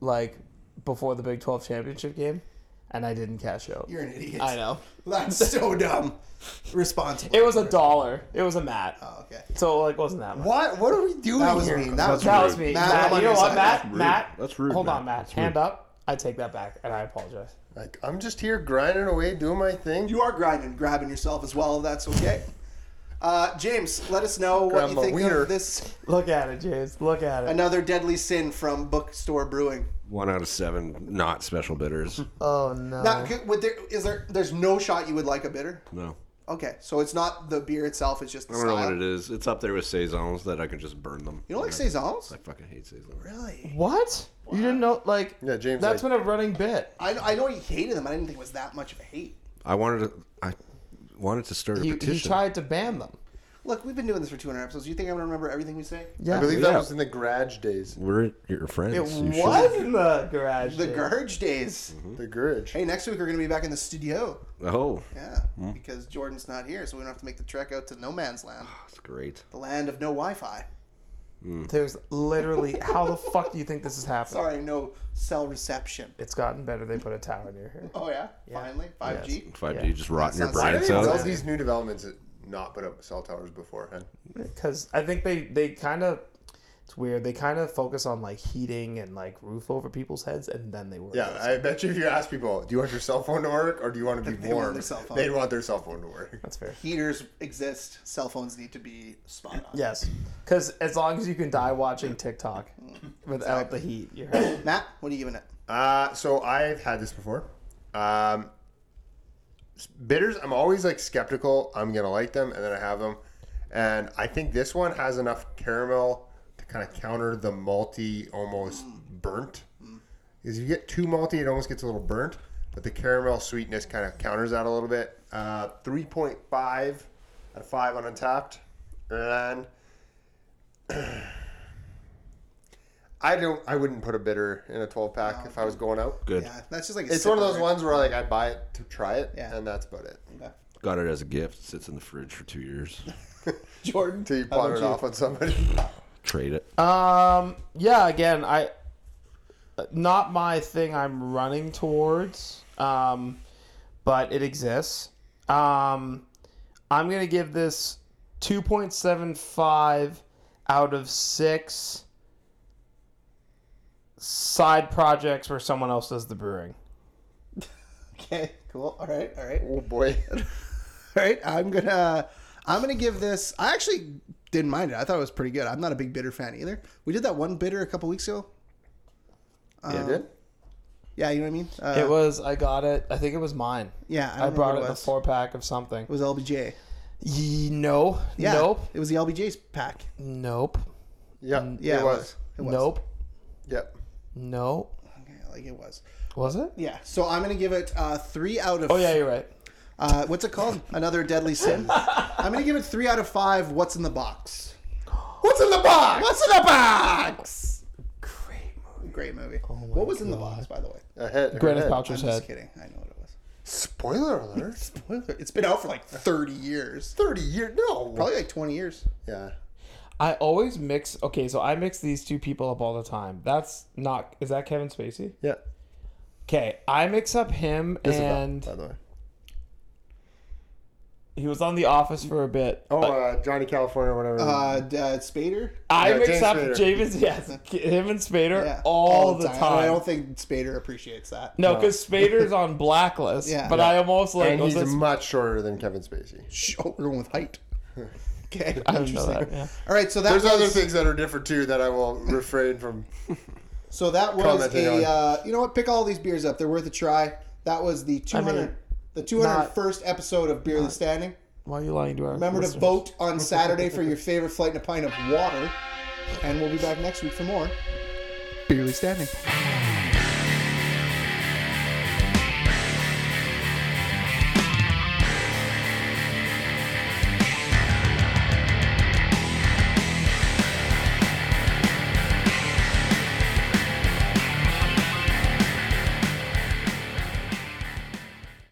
A: like before the Big Twelve championship game, and I didn't cash out.
B: You're an idiot.
A: I know.
B: That's so dumb. Responsible.
A: It was a dollar. It wasn't Matt.
B: Oh, okay.
A: So like wasn't that much.
C: What? What are we doing
B: That was
C: here?
B: mean. That was,
A: That was
B: rude.
A: me.
B: Matt,
A: Matt,
B: I'm on
A: you know
B: your
A: what,
B: side.
A: Matt? Matt,
F: That's rude,
A: Hold
F: Matt.
A: on, Matt.
F: That's
A: Hand up. I take that back, and I apologize.
C: Like, I'm just here grinding away, doing my thing.
B: You are grinding, grabbing yourself as well. That's okay. Uh, James, let us know what
C: Grab
B: you
C: my
B: think
C: wiener.
B: of this
A: Look at it, James. Look at it.
B: another deadly sin from Bookstore Brewing.
F: One out of seven, not special bitters.
A: Oh no.
B: Now, could- would there is there? There's no shot you would like a bitter.
F: Uh-huh. No.
B: Okay, so it's not the beer itself; it's just the
F: I don't know
B: style.
F: what it is. It's up there with saisons that I could just burn them.
B: You don't like saisons?
F: I fucking hate saisons.
B: Really?
A: what? You didn't know? Like
C: Yeah, James,
A: That's
C: like-
A: been a running bit.
B: I, I know you hated them. I didn't think it was that much of a hate.
F: I wanted to. I wanted to start a
A: He, he
F: petition.
A: tried to ban them.
B: Look, we've been doing this for 200 episodes. Do you think I'm going to remember everything we say?
C: I
B: Yeah.
C: believe
F: Yeah.
C: that was in the garage days.
F: We're your friends.
A: It
F: You should-
A: was in the garage.
B: The
A: days.
B: Garage Days.
F: Mm-hmm.
C: The garage.
B: Hmm? Hey, next week we're going to be back in the studio.
F: Oh,
B: Yeah, because Jordan's not here, so we don't have to make the trek out to no man's land,
F: that's great.
B: the land of no Wi-Fi.
A: There's literally how the fuck do you think this is happening?
B: Sorry, no cell reception.
A: It's gotten better. They put a tower near here.
B: Oh yeah, finally 5G.
F: Five
A: Yeah.
F: G just rotting your
B: That sounds-
C: Why
F: brains
C: did all
F: out.
C: these new developments not put up cell towers beforehand?
A: because I think they they kind of it's weird. They kind of focus on like heating and like roof over people's heads, and then they work.
C: Yeah, I bet you if you ask people, do you want your cell phone to work or do you want to be
B: They want
C: warm?
B: their cell phone.
C: They'd want their cell phone to work.
A: that's fair.
B: Heaters exist. Cell phones need to be spot on.
A: Yes, because as long as you can die watching TikTok without the heat, you're happy.
B: Matt, what are you giving it?
C: Uh, so I've had this before. Um, s- bitters, I'm always like skeptical. I'm gonna like them, and then I have them, and I think this one has enough caramel to kind of counter the malty, almost burnt. Because if you get too malty, it almost gets a little burnt, but the caramel sweetness kind of counters that a little bit. Uh, 3.5 out of five on Untapped, and I don't. I wouldn't put a bitter in a 12 pack if I was going out.
F: Good.
B: Yeah, that's just like a
C: It's
B: sip
C: one of those
B: right?
C: ones where like I buy it to try it,
B: Yeah.
C: and that's about it.
F: Got it as a gift. Sits in the fridge for two years.
B: Jordan.
C: Until you pawn it off on somebody.
B: Mm,
F: Trade it.
A: Um, yeah. Again, I not my thing. I'm running towards, um, but it exists. Um, I'm gonna give this 2.75 out of six side projects where someone else does the brewing.
B: Okay, cool. All right, all right, all
C: oh boy,
B: right. I'm gonna, I'm gonna give this. I actually didn't mind it. I thought it was pretty good. I'm not a big bitter fan either. We did that one bitter a couple weeks ago. Um,
C: you did.
B: Yeah, you know what I mean. Uh,
A: It was. I got it. I think it was mine.
B: Yeah,
A: I,
B: don't know
A: brought it
B: what
A: in a
B: Mm, was.
A: four pack of something.
B: It was LBJ.
A: Ye- no.
B: Yeah,
A: Nope.
B: It was the LBJ's pack.
A: Nope.
C: Yeah,
B: Yeah,
C: it was.
B: It was.
A: Nope.
C: Yep.
A: No.
B: Okay, like it was.
A: Was it?
B: Yeah. So I'm gonna give it uh, three out of.
A: Oh yeah, you're right.
B: Uh, what's it called? Another deadly sin. I'm gonna give it three out of five. What's in the box?
C: What's in the box?
B: What's in the box? Great movie.
A: Oh
B: what was in the box, by the way?
C: A head. her
A: Gwyneth
C: head.
B: I'm
A: Paltrow's
B: just
A: head.
B: kidding. I know what it was.
C: Spoiler alert.
B: Spoiler. It's been out for like 30 years.
C: Thirty years. No.
B: Probably like 20 years.
C: Yeah.
A: I always mix. Okay, so I mix these two people up all the time. That's not. Is that Kevin Spacey?
C: Yeah.
A: Okay, I mix up him and
C: by the way.
A: he was on The Office for a bit.
C: Oh, uh, Johnny California, whatever.
B: Uh, d- uh Spader?
A: I
C: yeah,
A: mix
C: James
A: up
C: Spader.
A: James. Yes, him and Spader all, the time.
B: I don't think Spader appreciates that.
A: no, because Spader's on Blacklist.
B: Yeah.
A: but
B: Yeah.
A: I almost like.
C: and
A: was
C: he's
A: like-
C: much shorter than Kevin Spacey.
B: Shh, oh, we're going with height. Okay.
A: I didn't know that. Yeah.
B: All right, so that
C: There's
B: was,
C: other things that are different too that I will refrain from.
B: So that was
C: Commenting on.
B: a uh, you know what? Pick all these beers up. They're worth a try. That was the 200
A: mean,
B: the 201st episode of Beerly Standing.
A: Why are you lying to our?
B: Remember to
A: listeners?
B: vote on Saturday for your favorite flight and a pint of water. And we'll be back next week for more. Beerly Standing.